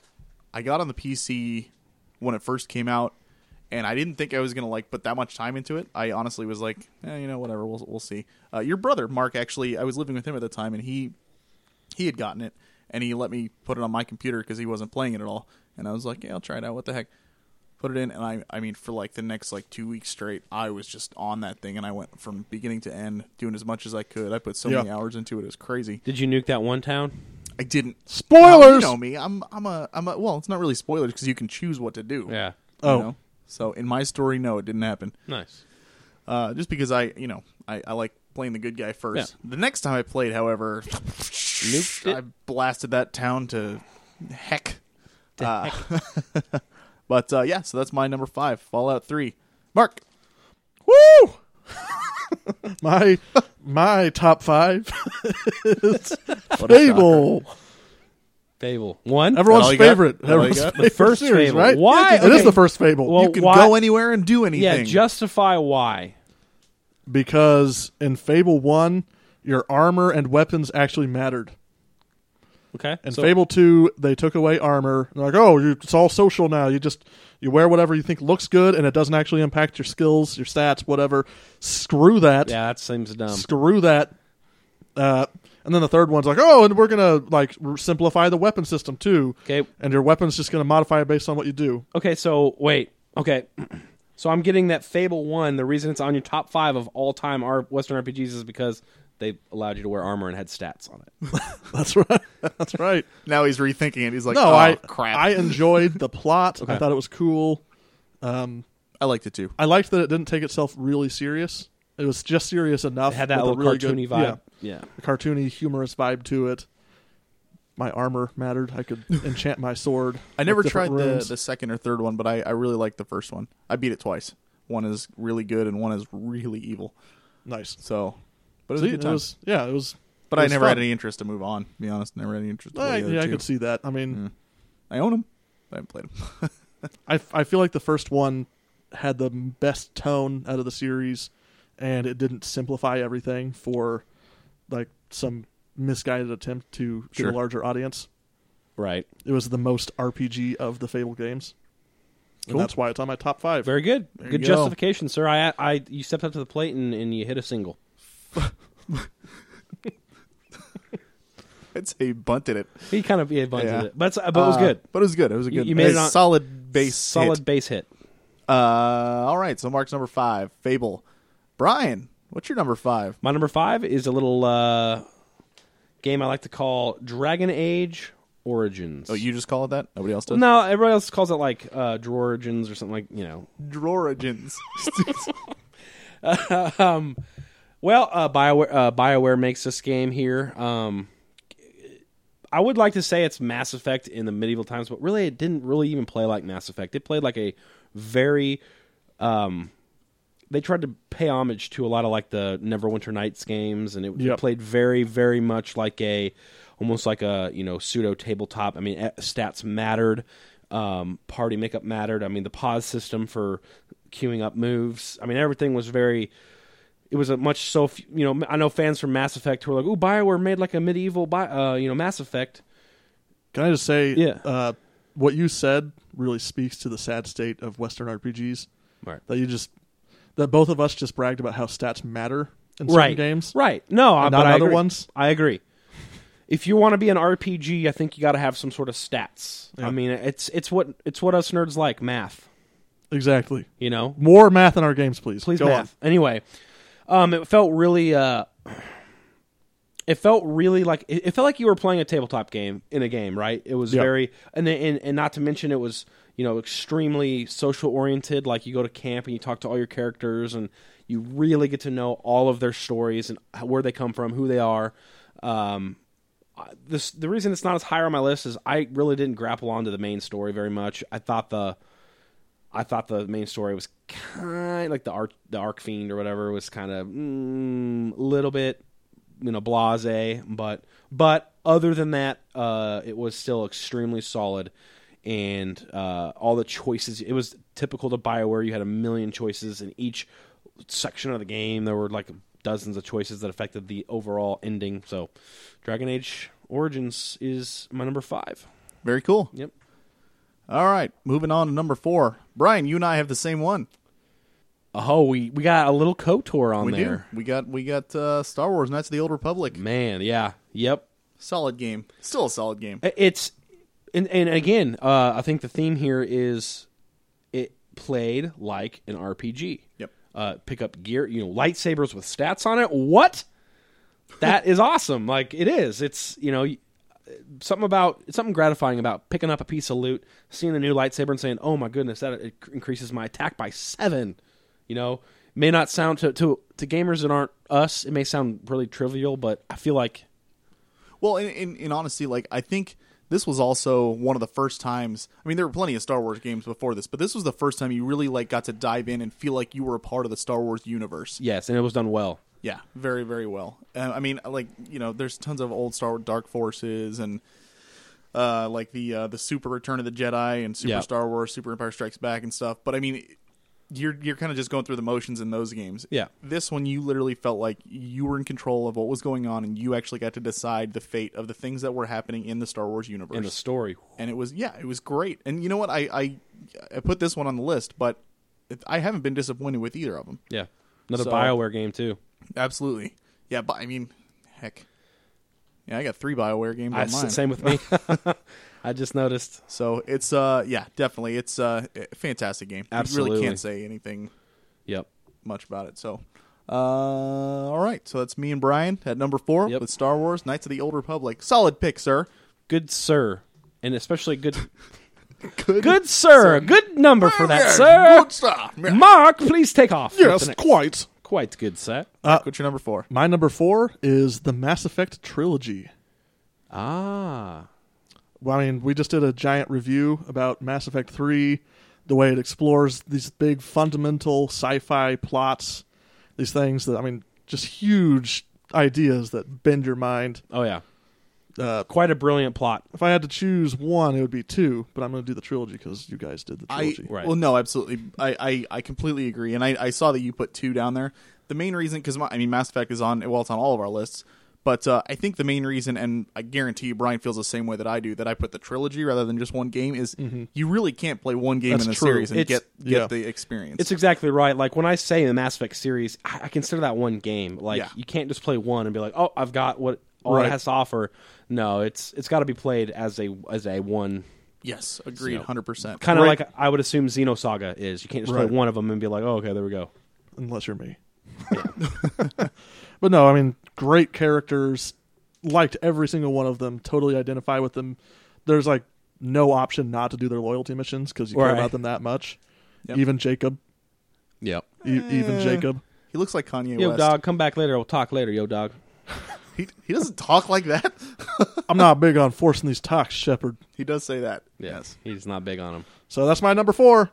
I got on the PC when it first came out, and I didn't think I was gonna like put that much time into it. I honestly was like, eh, you know, whatever, we'll we'll see. Uh, your brother Mark actually, I was living with him at the time, and he he had gotten it, and he let me put it on my computer because he wasn't playing it at all, and I was like, yeah, I'll try it out. What the heck. Put it in, and I, I mean, for like the next like two weeks straight, I was just on that thing, and I went from beginning to end doing as much as I could. I put so
Yeah.
many hours into it; it was crazy.
Did you nuke that one town?
I didn't.
Spoilers!
You know me. I'm I'm a I'm a well. It's not really spoilers because you can choose what to do.
Yeah.
you
Oh.
know? So in my story, no, it didn't happen.
Nice.
Uh, just because I you know I, I like playing the good guy first. The next time I played, however,
it.
I blasted that town to heck. Uh, but uh, yeah, so that's my number five, Fallout Three. Mark,
Woo! my my top five is Fable.
Fable one.
all
Everyone's
you got?
favorite.
That all you
Everyone's
got?
favorite
first
series,
Fable.
right?
Why?
Yeah, 'cause It is
Okay.
the first Fable.
Well,
you can
why-
go anywhere and do anything.
yeah, justify why.
because in Fable One, your armor and weapons actually mattered.
Okay.
In
so-
Fable Two, they took away armor. They're like, oh, you, it's all social now. You just you wear whatever you think looks good, and it doesn't actually impact your skills, your stats, whatever. Screw that.
Yeah, that seems dumb.
Screw that. Uh, and then the third one's like, oh, and we're gonna like r- simplify the weapon system too.
Okay.
And your weapon's just gonna modify based on what you do.
Okay, so wait. Okay. So I'm getting that Fable 1, the reason it's on your top 5 of all-time R- Western RPGs is because they allowed you to wear armor and had stats on it.
That's right. That's right.
Now he's rethinking it. He's like,
No,
oh,
I
crap.
I enjoyed the plot. I
Okay.
thought it was cool.
I liked it too.
I liked that it didn't take itself really serious. It was just serious enough.
It had that
with a
little
really
cartoony
good-
vibe. Yeah.
yeah, cartoony, humorous vibe to it. My armor mattered. I could enchant my sword.
I never
with
tried
different
the,
runes.
the second or third one, but I, I really liked the first one. I beat it twice. One is really good and one is really evil.
Nice.
So, but it was, a
See,
good
it
time.
was yeah, it was.
but I
it was
never had
fun.
any interest to move on. To be honest, never had any interest. To play
I,
the other
yeah, I
two.
could see that. I mean,
I own them. I haven't played them.
I, I feel like the first one had the best tone out of the series, and it didn't simplify everything for like some misguided attempt to get
Sure.
a larger audience.
Right.
It was the most RPG of the Fable games, and that's why it's on my top five.
Very good. good
you go.
justification, sir. I, I, you stepped up to the plate and, and you hit a single.
I'd say you bunted it.
He kind of yeah, bunted
Yeah.
it, but, it's, but it was
Uh,
good.
But it was good. It was a
You-
good.
you made
a
it on-
solid base.
solid
hit.
base hit.
Uh, all right. So Mark's number five. Fable. Brian, what's your number five?
My number five is a little uh, game I like to call Dragon Age Origins.
Oh, you just call it that. Nobody else does.
No, everybody else calls it like uh, Drorigins or something like you know.
Drorigins.
Well, uh, Bioware, uh, Bioware makes this game here. Um, I would like to say it's Mass Effect in the medieval times, but really, it didn't really even play like Mass Effect. It played like a very. Um, they tried to pay homage to a lot of like the Neverwinter Nights games, and it, it
Yep.
played very, very much like a, almost like a you know pseudo tabletop. I mean, eh, stats mattered, um, party makeup mattered. I mean, the pause system for queuing up moves. I mean, everything was very it was a much so f- you know I know fans from Mass Effect who are like, "Ooh, Bioware made like a medieval bi- uh, you know Mass Effect."
Can I just say,
Yeah.
uh, what you said really speaks to the sad state of Western RPGs.
Right.
That you just that both of us just bragged about how stats matter in certain
Right.
games.
Right. No, I-
And
but
not
I
other
agree.
ones?
I agree. If you want to be an RPG, I think you got to have some sort of stats. I mean, it's it's what it's what us nerds like math.
Exactly.
You know,
More math in our games, please.
please
Go
math. Anyway, um, it felt really uh, it felt really like it, it felt like you were playing a tabletop game in a game, right? It was
Yeah.
very and, and and not to mention it was you know extremely social oriented. Like you go to camp and you talk to all your characters and you really get to know all of their stories and how- where they come from, who they are. Um, I- this the reason it's not as higher on my list is I really didn't grapple onto the main story very much. I thought the I thought the main story was kind like the arc the arc fiend or whatever was kind of mm, little bit you know blase, but but other than that, uh, it was still extremely solid. And uh, all the choices, it was typical to Bioware. You had a million choices in each section of the game. There were like dozens of choices that affected the overall ending. So, Dragon Age Origins is my number five.
Very cool.
Yep.
All right. Moving on to number four. Brian, you and I have the same one.
Oh, we, we got a little KOTOR on
We
there.
do. We got we got uh, Star Wars Knights of the Old Republic.
Man, yeah, yep.
Solid game. Still a solid game.
I- It's and and again, uh, I think the theme here is it played like an RPG.
Yep.
Uh, pick up gear, you know, lightsabers with stats on it. What? That is awesome. Like it is. It's you know y- something about something gratifying about picking up a piece of loot, seeing a new lightsaber, and saying, "Oh my goodness, that it increases my attack by seven. You know, may not sound to to to gamers that aren't us. It may sound really trivial, but I feel like
Well, in, in, in honesty, like I think this was also one of the first times. I mean, there were plenty of Star Wars games before this, but this was the first time you really like got to dive in and feel like you were a part of the Star Wars universe.
yes, and it was done well.
Yeah, very very well. Uh, I mean, like you know, there's tons of old Star Wars Dark Forces and uh, like the uh, the Super Return of the Jedi and Super
Yeah.
Star Wars, Super Empire Strikes Back and stuff. But I mean, you're you're kind of just going through the motions in those games.
Yeah.
this one you literally felt like you were in control of what was going on and you actually got to decide the fate of the things that were happening in the Star Wars universe
in the story.
and it was yeah, it was great. And you know what? I I, I put this one on the list, but it, I haven't been disappointed with either of them.
Yeah, another
So-
Bioware game too.
Absolutely. Yeah, but I mean, heck. Yeah, I got three Bioware games
I,
on mine.
same with me. I just noticed.
So it's uh yeah, definitely it's uh a fantastic game. You
Absolutely.
really can't say anything
Yep.
much about it. So uh all right. So that's me and Brian at number 4
Yep.
with Star Wars Knights of the Old Republic. Solid pick, sir.
Good sir, and especially good.
Good.
good sir, good number for that
Good
sir.
stuff. Yeah.
Mark, please take off.
on.
with the
Yes,
next-
quite.
quite good sir.
What's your number 4?
My number four is the Mass Effect trilogy.
Ah,
Ah.
Well, I mean, we just did a giant review about Mass Effect 3, the way it explores these big fundamental sci-fi plots, these things that I mean, just huge ideas that bend your mind.
Oh yeah,
Uh,
quite a brilliant plot.
if I had to choose one, it would be two, but I'm going to do the trilogy because you guys did the
I
trilogy.
Right.
well, no, absolutely. I, I, I completely agree, and I, I saw that you put two down there. The main reason, because I mean, Mass Effect is on well, it's on all of our lists, but uh, I think the main reason, and I guarantee you, Brian feels the same way that I do, that I put the trilogy rather than just one game is you really can't play one game
That's
in a
true.
series and
Mm-hmm. It's-
get get
yeah.
the experience.
It's exactly right. Like when I say the Mass Effect series, I, I consider that one game. Like
Yeah.
you can't just play one and be like, oh, I've got what all
Right.
it has to offer. No, it's it's got to be played as a as a one.
yes, agreed,
So-
hundred percent.
Kind of like I would assume Xenosaga is. You can't just
Right.
play one of them and be like, oh, okay, there we go.
unless you're me. but no, I mean, great characters. Liked every single one of them. Totally identify with them. There's like no option not to do their loyalty missions because you care
Right.
about them that much.
Yep.
Even Jacob.
Yep.
E- even Jacob.
he looks like Kanye
Yo,
West.
dog, come back later. We'll talk later, yo, dog.
He he doesn't talk like that.
I'm not big on forcing these talks, Shepard.
he does say that.
Yes, he's not big on him.
So that's my number four.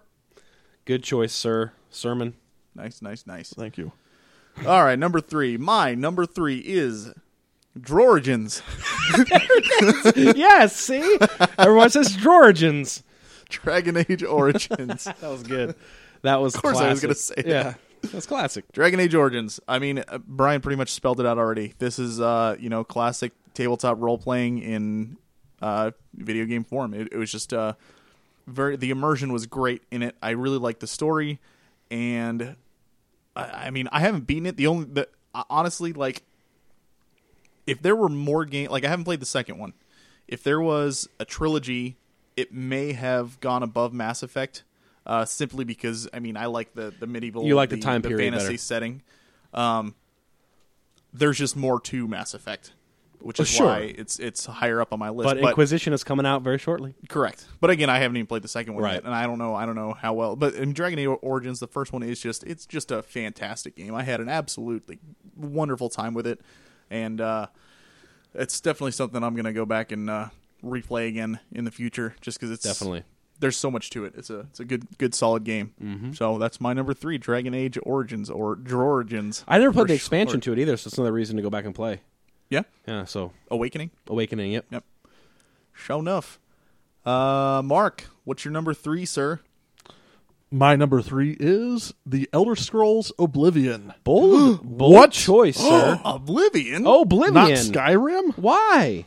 Good choice, sir. Sermon.
Nice, nice, nice.
Thank you.
All right, number three. My number three is Drorigins.
yes. See, everyone says Georgians.
Dragon Age Origins.
That was good. That was. Of
course I was gonna say that.
Yeah, that's classic.
Dragon Age Origins. I mean, uh, Brian pretty much spelled it out already. This is, uh, you know, classic tabletop role playing in uh, video game form. It, it was just uh, very. The immersion was great in it. I really liked the story, and I, I mean, I haven't beaten it. The only, the, uh, honestly, like, if there were more game, like I haven't played the second one. If there was a trilogy, it may have gone above Mass Effect. Uh, simply because I mean I like the the medieval
You like the time period
fantasy
better.
setting. Um, there's just more to Mass Effect, which is
Oh, sure.
why it's it's higher up on my list.
But Inquisition is coming out very shortly.
Correct. But again, I haven't even played the second one
Right.
yet, and I don't know. I don't know how well. But in Dragon Age Origins, the first one is just it's just a fantastic game. I had an absolutely wonderful time with it, and uh, it's definitely something I'm going to go back and uh, replay again in the future, just because it's
Definitely.
there's so much to it. It's a it's a good good solid game.
Mm-hmm.
So that's my number three, Dragon Age Origins or Drorigins.
I never played
for
the expansion
short.
to it either, so it's another reason to go back and play.
Yeah,
Yeah, so
Awakening.
Awakening, yep.
Yep. Show enough. Uh, Mark, what's your number three, sir?
My number three is The Elder Scrolls Oblivion.
Bold, bold
What?
choice, sir? Oh,
Oblivion.
Oblivion.
Not Skyrim?
Why?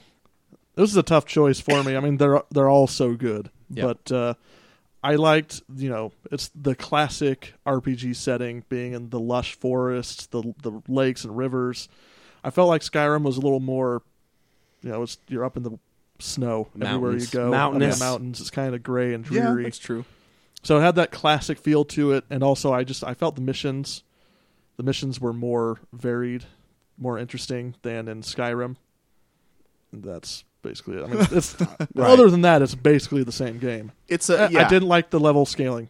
this is a tough choice for me. I mean, they're they're all so good, but uh, I liked you know it's the classic RPG setting, being in the lush forests, the the lakes and rivers. I felt like Skyrim was a little more, you know, it's, you're up in the snow everywhere you
Mountains.
go, up
Mountainous.
in the mountains. It's kind of gray and
Yeah,
dreary,
that's true.
so it had that classic feel to it, and also I just I felt the missions, the missions were more varied, more interesting than in Skyrim. And that's basically it. I mean, it's other than that, it's basically the same game.
It's
I-
a yeah.
I didn't like the level scaling.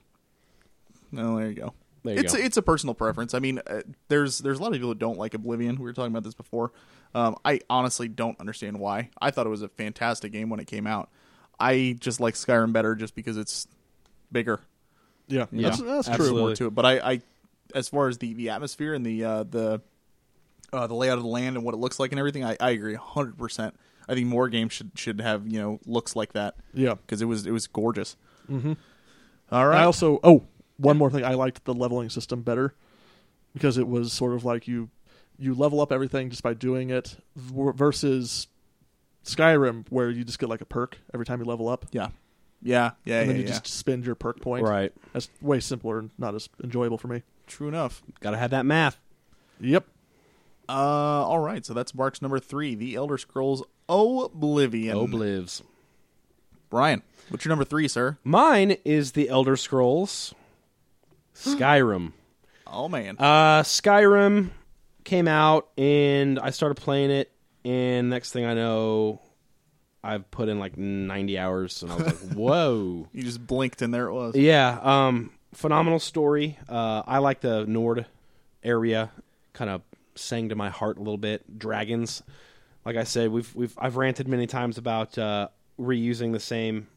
No, there you go.
There you
it's
go.
A, it's a personal preference. I mean, uh, there's there's a lot of people that don't like Oblivion. We were talking about this before. Um, I honestly don't understand why. I thought it was a fantastic game when it came out. I just like Skyrim better just because it's bigger.
Yeah,
Yeah.
that's, that's
There's
true.
Absolutely.
more to it. But I, I as far as the, the atmosphere and the uh, the uh, the layout of the land and what it looks like and everything, I, I agree hundred percent. I think more games should should have you know looks like that
Yeah,
because it was it was gorgeous. Mm-hmm. All right.
I also oh one more thing I liked the leveling system better because it was sort of like you you level up everything just by doing it v- versus Skyrim where you just get like a perk every time you level up.
Yeah. Yeah. Yeah.
and then
yeah,
you
yeah.
just spend your perk point.
Right.
That's way simpler and not as enjoyable for me.
True enough.
Gotta have that math.
Yep.
Uh, all right. So that's Mark's number three, The Elder Scrolls Oblivion.
Oblivs.
Brian, what's your number three, sir?
Mine is the Elder Scrolls. Skyrim.
Oh, man.
Uh, Skyrim came out, and I started playing it, and next thing I know, I've put in like 90 hours, and I was like, whoa.
you just blinked and there it was.
Yeah, um, phenomenal story. Uh, I like the Nord area, kind of sang to my heart a little bit. Dragons, like I said, we've we've I've ranted many times about uh, reusing the same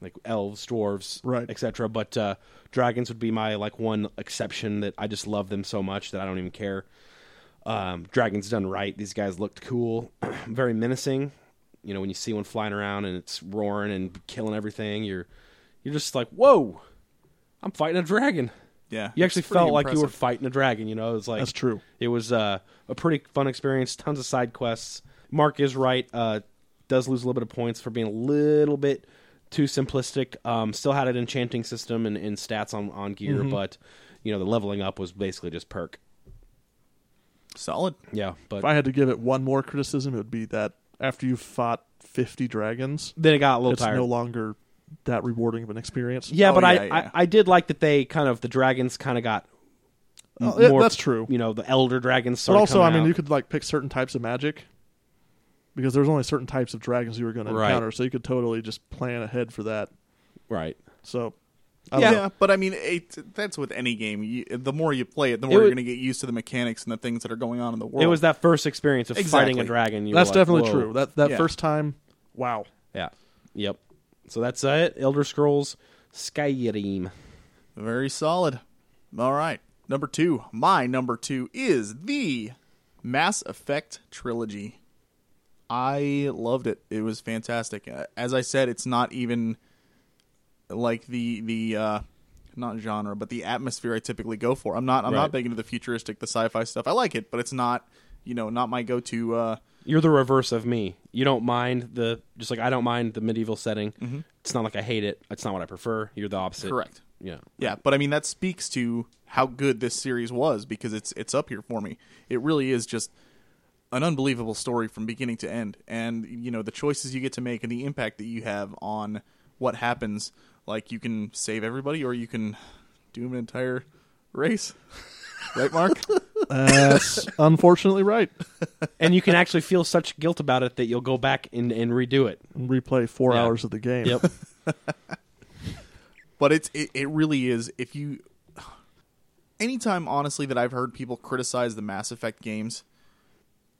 like elves, dwarves,
Right.
etc. But uh, dragons would be my like one exception that I just love them so much that I don't even care. Um, dragons done right. These guys looked cool, very menacing. You know, when you see one flying around and it's roaring and killing everything, you're you're just like, whoa, I'm fighting a dragon.
Yeah,
You
it's
actually
pretty
felt like you were
impressive.
fighting a dragon. You know, it was like
That's true.
It was uh, a pretty fun experience. Tons of side quests. Mark is right. Uh, does lose a little bit of points for being a little bit too simplistic. Um, still had an enchanting system and, and stats on on gear,
Mm-hmm.
but you know the leveling up was basically just perk.
solid.
Yeah, but
If I had to give it one more criticism, it would be that after you've fought 50 dragons,
then it got a little
it's
tired.
no longer that rewarding of an experience.
yeah,
Oh,
but
yeah,
I,
yeah.
I I did like that they kind of the dragons kind of got. m-
Oh, yeah, that's true.
You know the elder dragons.
But
started
also, I
coming
mean,
out.
you could like pick certain types of magic because there's only certain types of dragons you were going to
Right.
encounter, so you could totally just plan ahead for that.
right.
So, I
Yeah,
don't know.
but I mean, it, that's with any game. You, the more you play it, the more
was-
you're going to get used to the mechanics and the things that are going on in the world.
It was that first experience of fighting
Exactly.
a dragon. you were
that's
like,
definitely
"Whoa."
true. That that
Yeah.
first time, wow.
Yeah. Yep. So that's uh, it. Elder Scrolls Skyrim.
Very solid. All right. Number two. My number two is the Mass Effect trilogy. I loved it. It was fantastic. Uh, As I said, it's not even like the the uh not genre, but the atmosphere I typically go for. I'm not I'm not
Right.
big into the futuristic, the sci-fi stuff. I like it, but it's not, you know, not my go-to uh
You're the reverse of me. You don't mind the just like I don't mind the medieval setting.
Mm-hmm.
It's not like I hate it. It's not what I prefer. You're the opposite.
correct.
Yeah.
Yeah, but I mean that speaks to how good this series was because it's it's up here for me. It really is just an unbelievable story from beginning to end, and you know the choices you get to make and the impact that you have on what happens. Like you can save everybody, or you can doom an entire race. Right, Mark?
That's unfortunately right.
and you can actually feel such guilt about it that you'll go back and, and redo it.
And replay four
Yeah.
hours of the game.
Yep.
but it's it, it really is if you anytime honestly that i've heard people criticize the mass effect games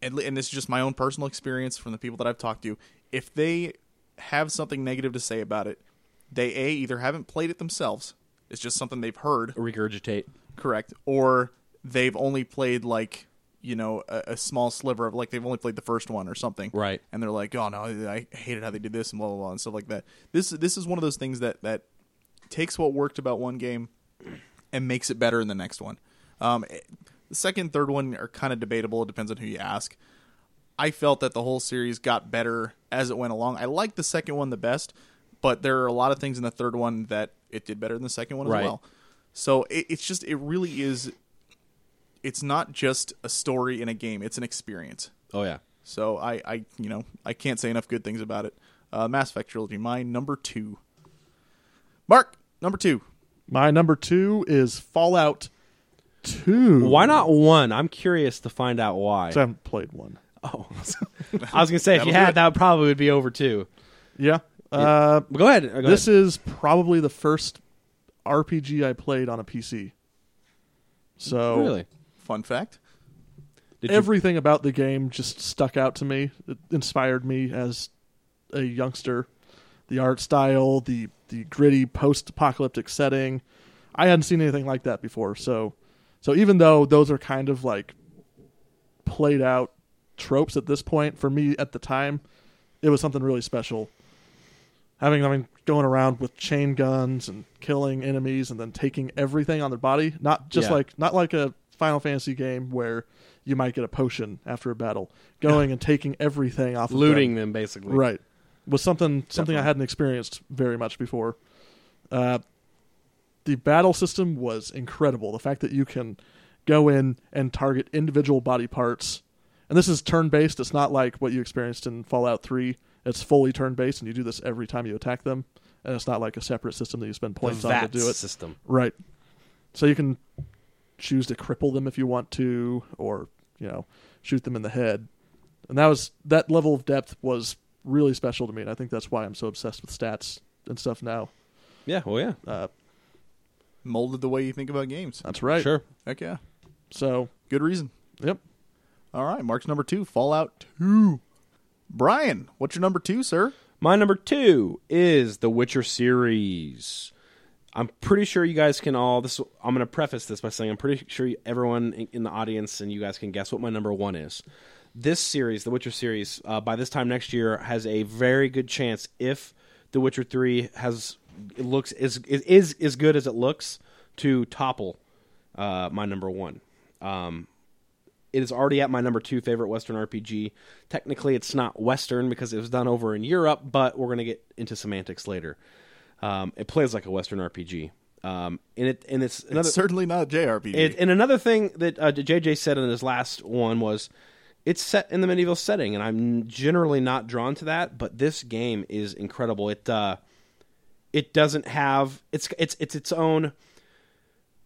and, li- and this is just my own personal experience from the people that i've talked to if they have something negative to say about it they a either haven't played it themselves it's just something they've heard
Regurgitate.
correct or they've only played like you know a, a small sliver of like they've only played the first one or something
Right.
and they're like oh no i hated how they did this and blah blah blah and stuff like that this this is one of those things that that takes what worked about one game and makes it better in the next one um it- the second and third one are kind of debatable it depends on who you ask I felt that the whole series got better as it went along. I liked the second one the best, but there are a lot of things in the third one that it did better than the second one
Right.
as well. So it, it's just it really is. It's not just a story in a game; it's an experience.
Oh yeah.
So I, I you know, I can't say enough good things about it. Uh, Mass Effect trilogy, my number two. Mark, number two.
My number two is Fallout Two.
Why not one? I'm curious to find out why.
I haven't played one.
oh. I was gonna say if
That'll
you
do
had
it.
that probably would be over two.
Yeah. Uh,
But go ahead. Go ahead.
this is probably the first RPG I played on a PC. So
really
Fun fact.
Did you-
everything about the game just stuck out to me. It inspired me as a youngster. The art style, the the gritty post-apocalyptic setting. I hadn't seen anything like that before. So so even though those are kind of like played out tropes at this point, for me at the time, it was something really special. Having I mean going around with chain guns and killing enemies and then taking everything on their body, not just
Yeah.
like not like a Final Fantasy game where you might get a potion after a battle. Going and taking everything off of them.
looting them basically.
Right. Was something something I hadn't experienced very much before. Uh, the battle system was incredible. The fact that you can go in and target individual body parts, and this is turn based. It's not like what you experienced in Fallout Three. It's fully turn based, and you do this every time you attack them. And it's not like a separate system that you spend
The
points on to
VATS
do it.
system.
Right. So you can choose to cripple them if you want to, or you know, shoot them in the head. And that was that level of depth was really special to me, and I think that's why I'm so obsessed with stats and stuff now.
Yeah. Well, yeah.
Uh,
Molded the way you think about games.
Oh.
that's right.
Sure.
Heck yeah.
So,
Good reason.
yep.
All right, Mark's number two, Fallout 2. Brian, what's your number two, sir?
My number two is the Witcher series. I'm pretty sure you guys can all this. I'm going to preface this by saying I'm pretty sure everyone in- in the audience and you guys can guess what my number one is. This series, the Witcher series, uh, by this time next year has a very good chance if the Witcher three has it looks is is as good as it looks to topple uh, my number one. Um, it is already at my number two favorite Western RPG. Technically, it's not Western because it was done over in Europe, but we're going to get into semantics later. Um, it plays like a Western RPG, um, and it and it's another
It's certainly not a JRPG.
it, and another thing that uh, JJ said in his last one was, it's set in the medieval setting, and I'm generally not drawn to that. But this game is incredible. It uh, it doesn't have it's it's it's its own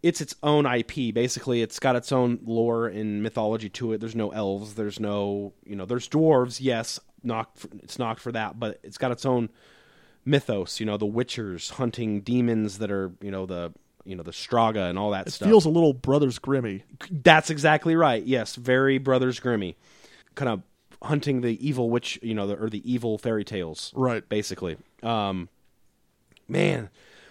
it's its own IP. Basically, it's got its own lore and mythology to it. There's no elves. There's no you know. There's dwarves. Yes, knocked. For, it's knocked for that, but it's got its own mythos. You know, the witchers hunting demons that are you know the you know the Straga and all that stuff.
Feels a little Brothers Grimmy.
That's exactly right. Yes, very Brothers Grimmy, kind of hunting the evil witch, you know, the, or the evil fairy tales,
Right.
Basically, um, man.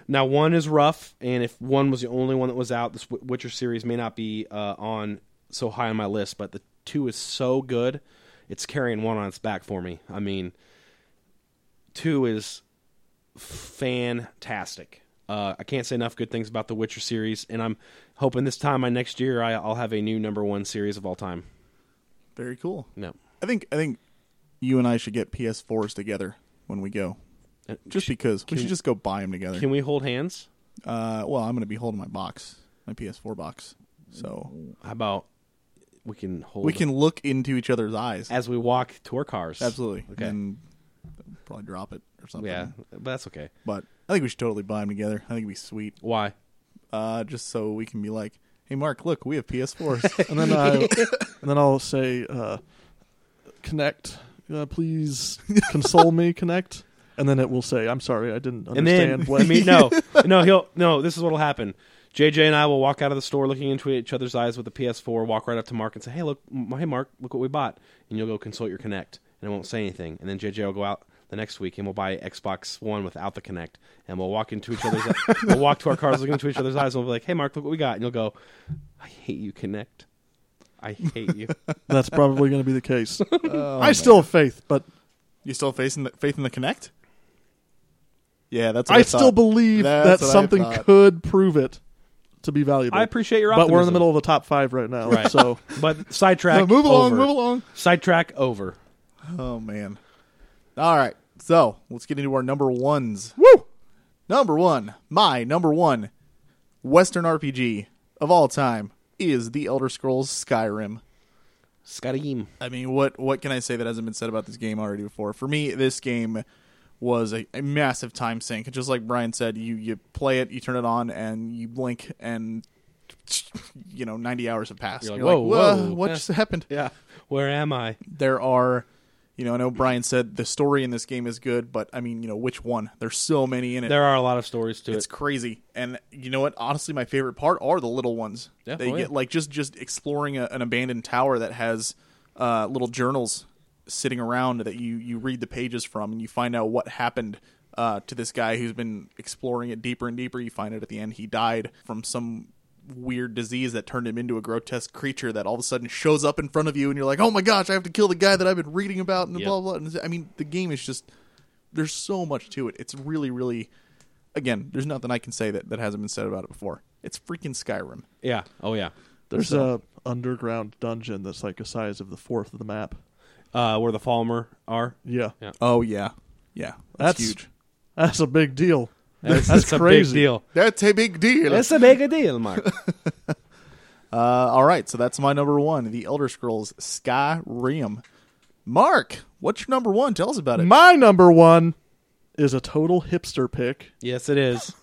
Now one is rough, and if one was the only one that was out, this Wi- Witcher series may not be uh, on so high on my list. But the two is so good, it's carrying one on its back for me. I mean, two is fantastic. Uh, I can't say enough good things about the Witcher series, and I'm hoping this time, my next year, I, I'll have a new number one series of all time.
Very cool.
No,
I think I think you and I should get PS4s together when we go.
Uh,
Just because we should just go buy them together.
can we hold hands?
uh, well, I'm going to be holding my box, my PS4 box, so
How about we can hold
we can look into each other's eyes.
as we walk to our cars?
Absolutely.
Okay.
And probably drop it or something.
Yeah, but that's okay.
But I think we should totally buy them together. I think it'd be sweet.
Why?
Uh, just so we can be like, hey, Mark, look, we have PS4s.
And then I, and then I'll say, uh, connect, uh, please console me, connect. And then it will say, I'm sorry, I didn't
And
understand
then
what.
I mean, no, no, he'll no. This is what'll happen. JJ and I will walk out of the store looking into each other's eyes with the PS4. Walk right up to Mark and say, "Hey, look, m- hey, Mark, look what we bought." And you'll go consult your Connect, and I won't say anything. And then JJ will go out the next week, and we'll buy Xbox One without the Connect, and we'll walk into each other's. e, we'll walk to our cars, looking into each other's eyes, and we'll be like, "Hey, Mark, look what we got." And you'll go, "I hate you, Connect. I hate you."
That's probably going to be the case.
Oh,
I still have faith, but
you still facing the, faith in the Connect? Yeah, that's. What
I still
thought.
believe
That's
that
what I
something
thought.
could prove it to be valuable.
I appreciate your
But
optimism,
we're in the middle of the top five right now,
Right.
so
But sidetrack.
No, move along,
over.
move along.
Sidetrack over.
Oh man! All right, so let's get into our number ones.
woo.
Number one, my number one Western RPG of all time is The Elder Scrolls Skyrim.
Skyrim.
I mean, what what can I say that hasn't been said about this game already before? For me, this game was a, a massive time sink. Just like Brian said, you you play it, you turn it on, and you blink, and you know, ninety hours have passed.
You're like,
You're
"Whoa,
"Wha-
whoa."
what just happened?
Yeah. Where am I?
there are you know i know brian said the story in this game is good but i mean you know which one there's so many in it
There are a lot of stories to
it's
it.
crazy and you know what honestly my favorite part are the little ones
Yeah,
they
oh,
get
yeah.
like just just exploring a, an abandoned tower that has uh, little journals sitting around that you you read the pages from and you find out what happened uh, to this guy who's been exploring it deeper and deeper you find out at the end he died from some weird disease that turned him into a grotesque creature that all of a sudden shows up in front of you and you're like oh my gosh i have to kill the guy that i've been reading about and
Yep.
blah blah and i mean the game is just there's so much to it it's really really again, there's nothing I can say that, that hasn't been said about it before. It's freaking Skyrim.
Yeah. Oh yeah.
There's a underground dungeon that's like the size of the fourth of the map.
Uh, where the Falmer are.
Yeah,
Yeah.
Oh yeah, yeah, that's,
That's-
huge.
that's a big deal.
That's,
That's
that's a
crazy.
big deal.
That's a big deal.
That's a big deal, Mark.
Uh, all right, so that's my number one, The Elder Scrolls Skyrim. Mark, what's your number one? Tell us about it.
My number one is a total hipster pick.
yes, it is.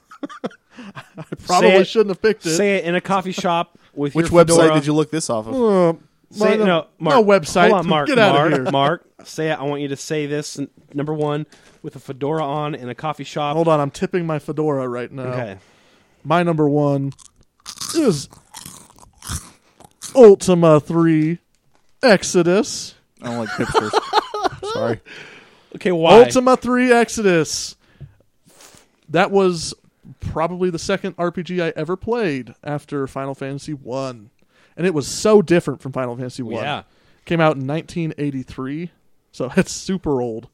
I probably
it.
shouldn't have picked it.
Say it in a coffee shop with
Which
your
website
fedora.
did you look this off of?
Uh,
Say it,
my-
no, Mark,
no website.
Hold on, Mark.
Get out
Mark,
of here.
Mark. Say it. I want you to say this. n- Number one, with a fedora on in a coffee shop.
Hold on, I'm tipping my fedora right now.
Okay.
My number one is Ultima Three Exodus.
I don't like hipsters. Sorry.
Okay, why?
Ultima 3 Exodus. That was probably the second RPG I ever played after Final Fantasy 1. And it was so different from Final Fantasy 1.
Yeah.
Came out in 1983. So it's super old.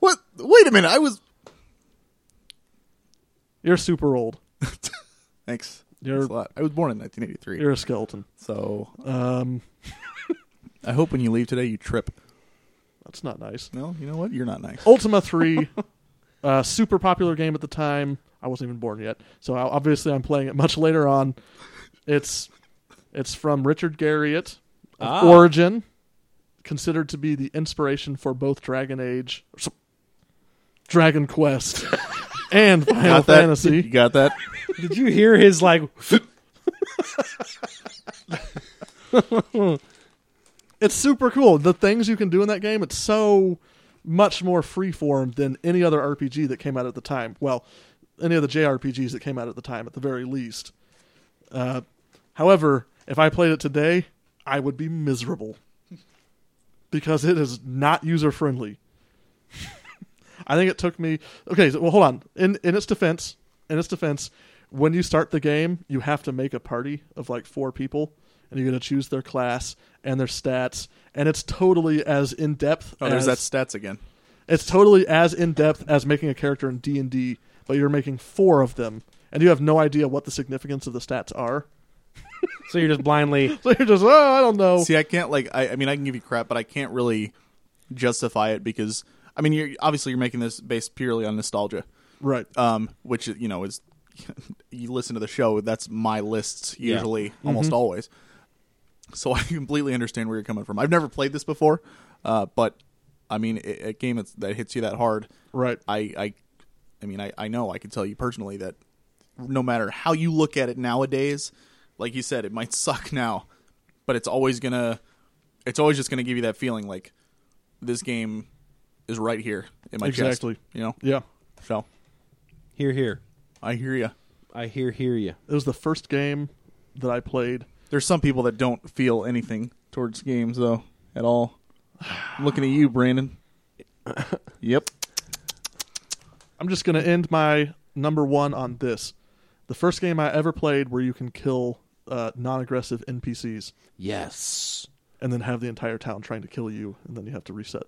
What? Wait a minute. I was.
You're super old.
Thanks.
You're-
Thanks a lot. I was born in 1983.
You're a skeleton.
So
Um
I hope when you leave today, you trip.
that's not nice.
No, you know what? You're not nice.
Ultima 3 uh super popular game at the time. I wasn't even born yet. So I- obviously I'm playing it much later on. It's it's from Richard Garriott of
Ah.
Origin, considered to be the inspiration for both Dragon Age s- Dragon Quest and Final
Got that? You
Fantasy.
got that?
Did you hear his like?
It's super cool. The things you can do in that game, it's so much more freeform than any other RPG that came out at the time. Well, any of the JRPGs that came out at the time, at the very least. Uh, however, if I played it today, I would be miserable because it is not user friendly. I think it took me. Okay, so, well, hold on. In in its defense, in its defense, when you start the game, you have to make a party of like four people, and you're going to choose their class and their stats, and it's totally as in depth.
Oh, there's
as,
that stats again.
it's totally as in depth as making a character in D and D, but you're making four of them, and you have no idea what the significance of the stats are.
So you're just blindly.
So you're just, oh, I don't know.
See, I can't like. I, I mean, I can give you crap, but I can't really justify it because I mean, you're obviously you're making this based purely on nostalgia,
right. uh,
um, which you know is you listen to the show. That's my lists
Yeah.
usually,
Mm-hmm.
almost always. So I completely understand where you're coming from. I've never played this before, uh, but I mean, a, a game that's, that hits you that hard,
Right.
I, I, I mean, I, I know I can tell you personally that no matter how you look at it nowadays, like you said, it might suck now, but it's always gonna, it's always just gonna give you that feeling like this game is right here in my
Exactly.
chest. You know,
Yeah.
so
Here, here.
I hear you.
I hear, hear you.
It was the first game that I played.
There's some people that don't feel anything towards games though at all. I'm looking at you, Brandon. Yep.
I'm just going to end my number one on this. The first game I ever played where you can kill uh, non aggressive NPCs
Yes.
and then have the entire town trying to kill you, and then you have to reset.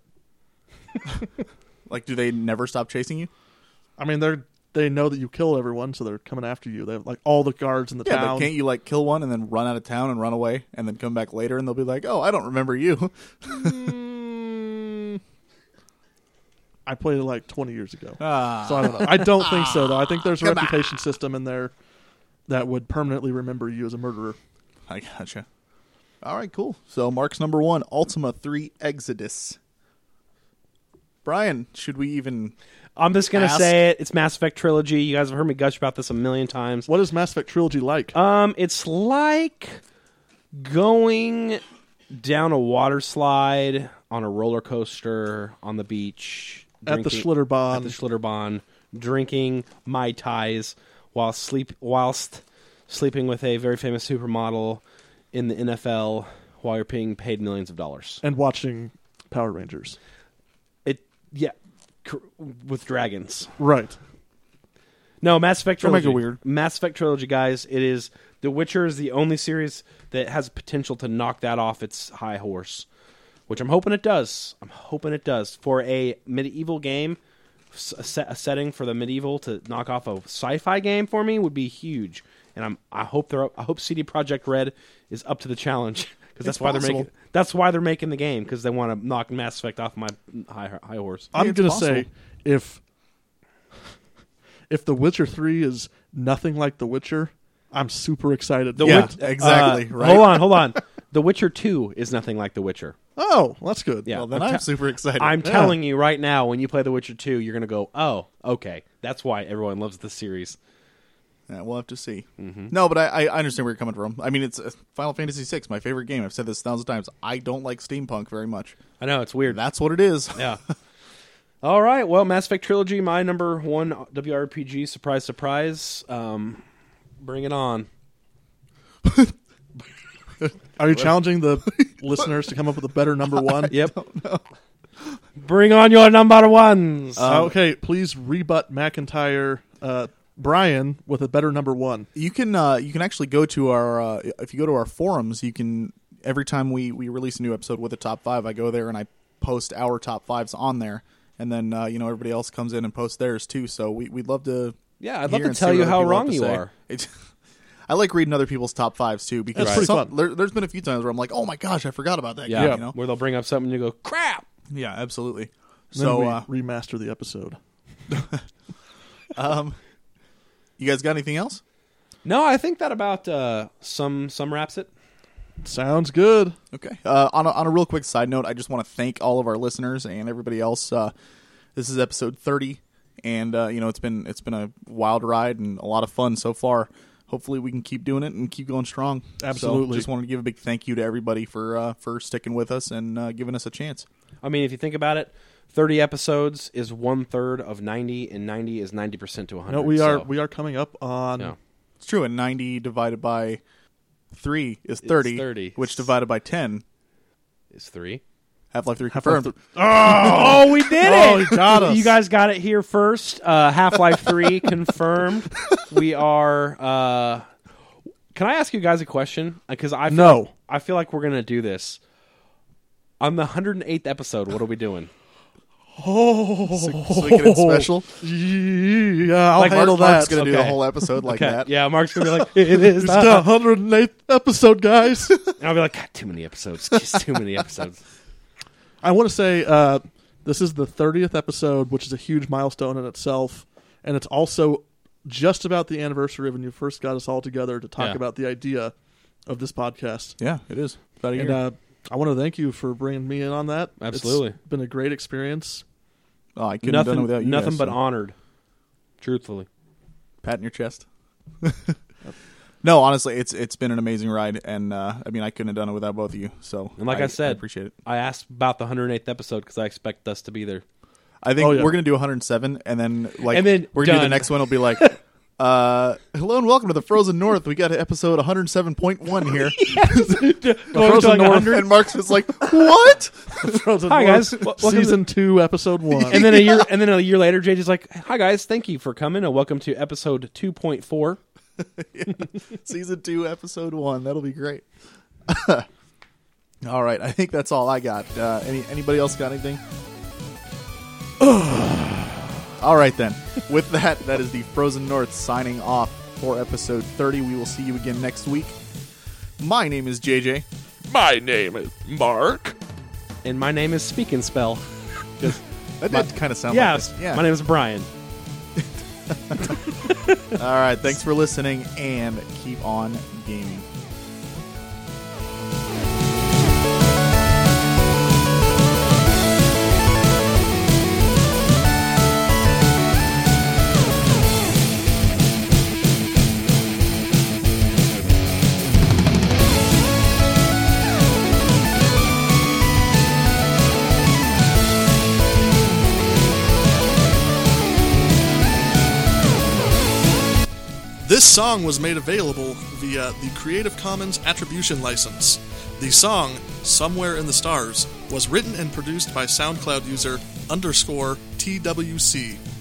Like, do they never stop chasing you?
I mean, they're. They know that you kill everyone, so they're coming after you. They have like all the guards in the
Yeah,
town.
but can't you like kill one and then run out of town and run away and then come back later and they'll be like, "Oh, I don't remember you."
I played it like 20 years ago.
Ah.
So I don't know. I don't think so, though. I think there's a
Come
reputation system in there that would permanently remember you as a murderer.
I gotcha. All right, cool. So Mark's number one, Ultima Three Exodus. Brian, should we even?
I'm just gonna
Ask.
say it. It's Mass Effect trilogy. You guys have heard me gush about this a million times.
What is Mass Effect Trilogy like?
Um, it's like going down a water slide on a roller coaster on the beach
At the
drinking-
Schlitterbahn.
at the Schlitterbahn, drinking mai tais while sleep whilst sleeping with a very famous supermodel in the NFL while you're being paid millions of dollars.
and watching Power Rangers.
It yeah, cr- with dragons.
Right.
No, Mass Effect
Don't make
trilogy.
it weird.
Mass Effect trilogy, guys. It is The Witcher is the only series that has potential to knock that off its high horse, which I'm hoping it does. I'm hoping it does for a medieval game. s- A, set, a setting for the medieval to knock off a sci-fi game for me would be huge, and I'm I hope they're I hope CD Projekt Red is up to the challenge because that's
It's
why
possible.
they're making that's why they're making the game because they want to knock Mass Effect off my high high horse.
I'm
it's
gonna say
possible.
if if The Witcher Three is nothing like The Witcher, I'm super excited.
The
for
Yeah,
it.
Wit-
exactly,
uh,
right?
Hold on, hold on. the Witcher Two is nothing like The Witcher.
Oh, well, that's good.
Yeah,
Well, then
I'm
I'm,
ta-
super excited.
I'm telling you right now, when you play The Witcher Two, you're gonna go, "Oh, okay, that's why everyone loves this series."
Yeah, we'll have to see.
Mm-hmm.
No, but I, I I understand where you're coming from. I mean, it's uh, Final Fantasy VI, my favorite game. I've said this a thousand times. I don't like steampunk very much.
I know it's weird.
That's what it is.
yeah. All right. Well, Mass Effect trilogy, my number one WRPG. Surprise, surprise. Um, bring it on.
Are you challenging the listeners to come up with a better number one?
Yep. Bring on your number ones.
Uh,
Uh, okay, please rebut McIntyre, uh, Brian with a better number one.
you can uh, you can actually go to our uh, if you go to our forums you can every time we we release a new episode with a top five i go there and i post our top fives on there and then uh, you know everybody else comes in and posts theirs too so we, we'd love to
Yeah, I'd love
hear
to
and see
tell
what
you
other
how
people have
wrong
to
you
say.
are.
It's- i like reading other people's top fives too because
That's pretty
some-
fun.
there, there's been a few times where i'm like oh my gosh i forgot about that
Yeah,
guy, you know?
where they'll bring up something and you go, crap.
yeah absolutely
Then
so
we
uh,
remaster the episode.
um you guys got anything else
No, I think that about uh, some some wraps it.
Sounds good.
Okay. Uh, on, a, on a real quick side note, I just want to thank all of our listeners and everybody else. Uh, this is episode thirty, and uh, you know it's been it's been a wild ride and a lot of fun so far. Hopefully, we can keep doing it and keep going strong.
Absolutely.
So just wanted to give a big thank you to everybody for uh, for sticking with us and uh, giving us a chance.
I mean, if you think about it, thirty episodes is one third of ninety, and ninety is ninety percent to one hundred.
No, we are we are coming up on
No.
It's true. And ninety divided by three is thirty.
30.
Which divided by ten,
is three.
half life three confirmed.
Oh, we did it!
Oh, he got us.
You guys got it here first. Uh, Half Life Three confirmed. We are. Uh, can I ask you guys a question? Because I feel
No.
like- I feel like we're gonna do this on the 108th episode. What are we doing?
so we get it special.
Yeah, I'll
Like
handle
Mark's
that.
gonna do the
Okay.
whole episode like that.
Yeah, Mark's gonna be like, it is.
It's
not-
the 108th episode, guys.
And I'll be like, God, too many episodes. Just too many episodes.
I want to say uh, this is the 30th episode, which is a huge milestone in itself, and it's also just about the anniversary of when you first got us all together to talk
Yeah.
about the idea of this podcast.
Yeah, it is. About a
And
year.
uh, I want to thank you for bringing me in on that.
Absolutely.
it's been a great experience.
oh, I couldn't have done it
Nothing,
without you.
nothing
guys,
but
so.
honored. Truthfully,
pat in your chest. no, honestly, it's it's been an amazing ride, and uh, I mean, I couldn't have done it without both of you. So,
and like I, said,
appreciate it.
I asked about the 108th episode because I expect us to be there.
I think
Oh, yeah.
we're gonna do 107, and then like,
And then
we're gonna do the
done.
next one. Will be like, uh, hello and welcome to the Frozen North. We got episode 107.1 here.
Oh,
Frozen North.
and Mark's just like, what?
Frozen
Hi,
War,
guys. Wel- welcome to-
season two, episode one.
and then a year and then a year later JJ's like, "Hi guys, thank you for coming and welcome to episode 2.4."
Season two, episode one. That'll be great. all right, I think that's all I got. Uh, any anybody else got anything? all right then. With that, that is the Frozen North signing off for episode thirty. We will see you again next week. My name is JJ.
My name is Mark.
And my name is Speak and Spell.
That did kind of sound
yeah,
like yeah.
my name is Brian.
all right, thanks for listening and keep on gaming.
This song was made available via the Creative Commons Attribution License. The song, Somewhere in the Stars, was written and produced by SoundCloud user underscore TWC.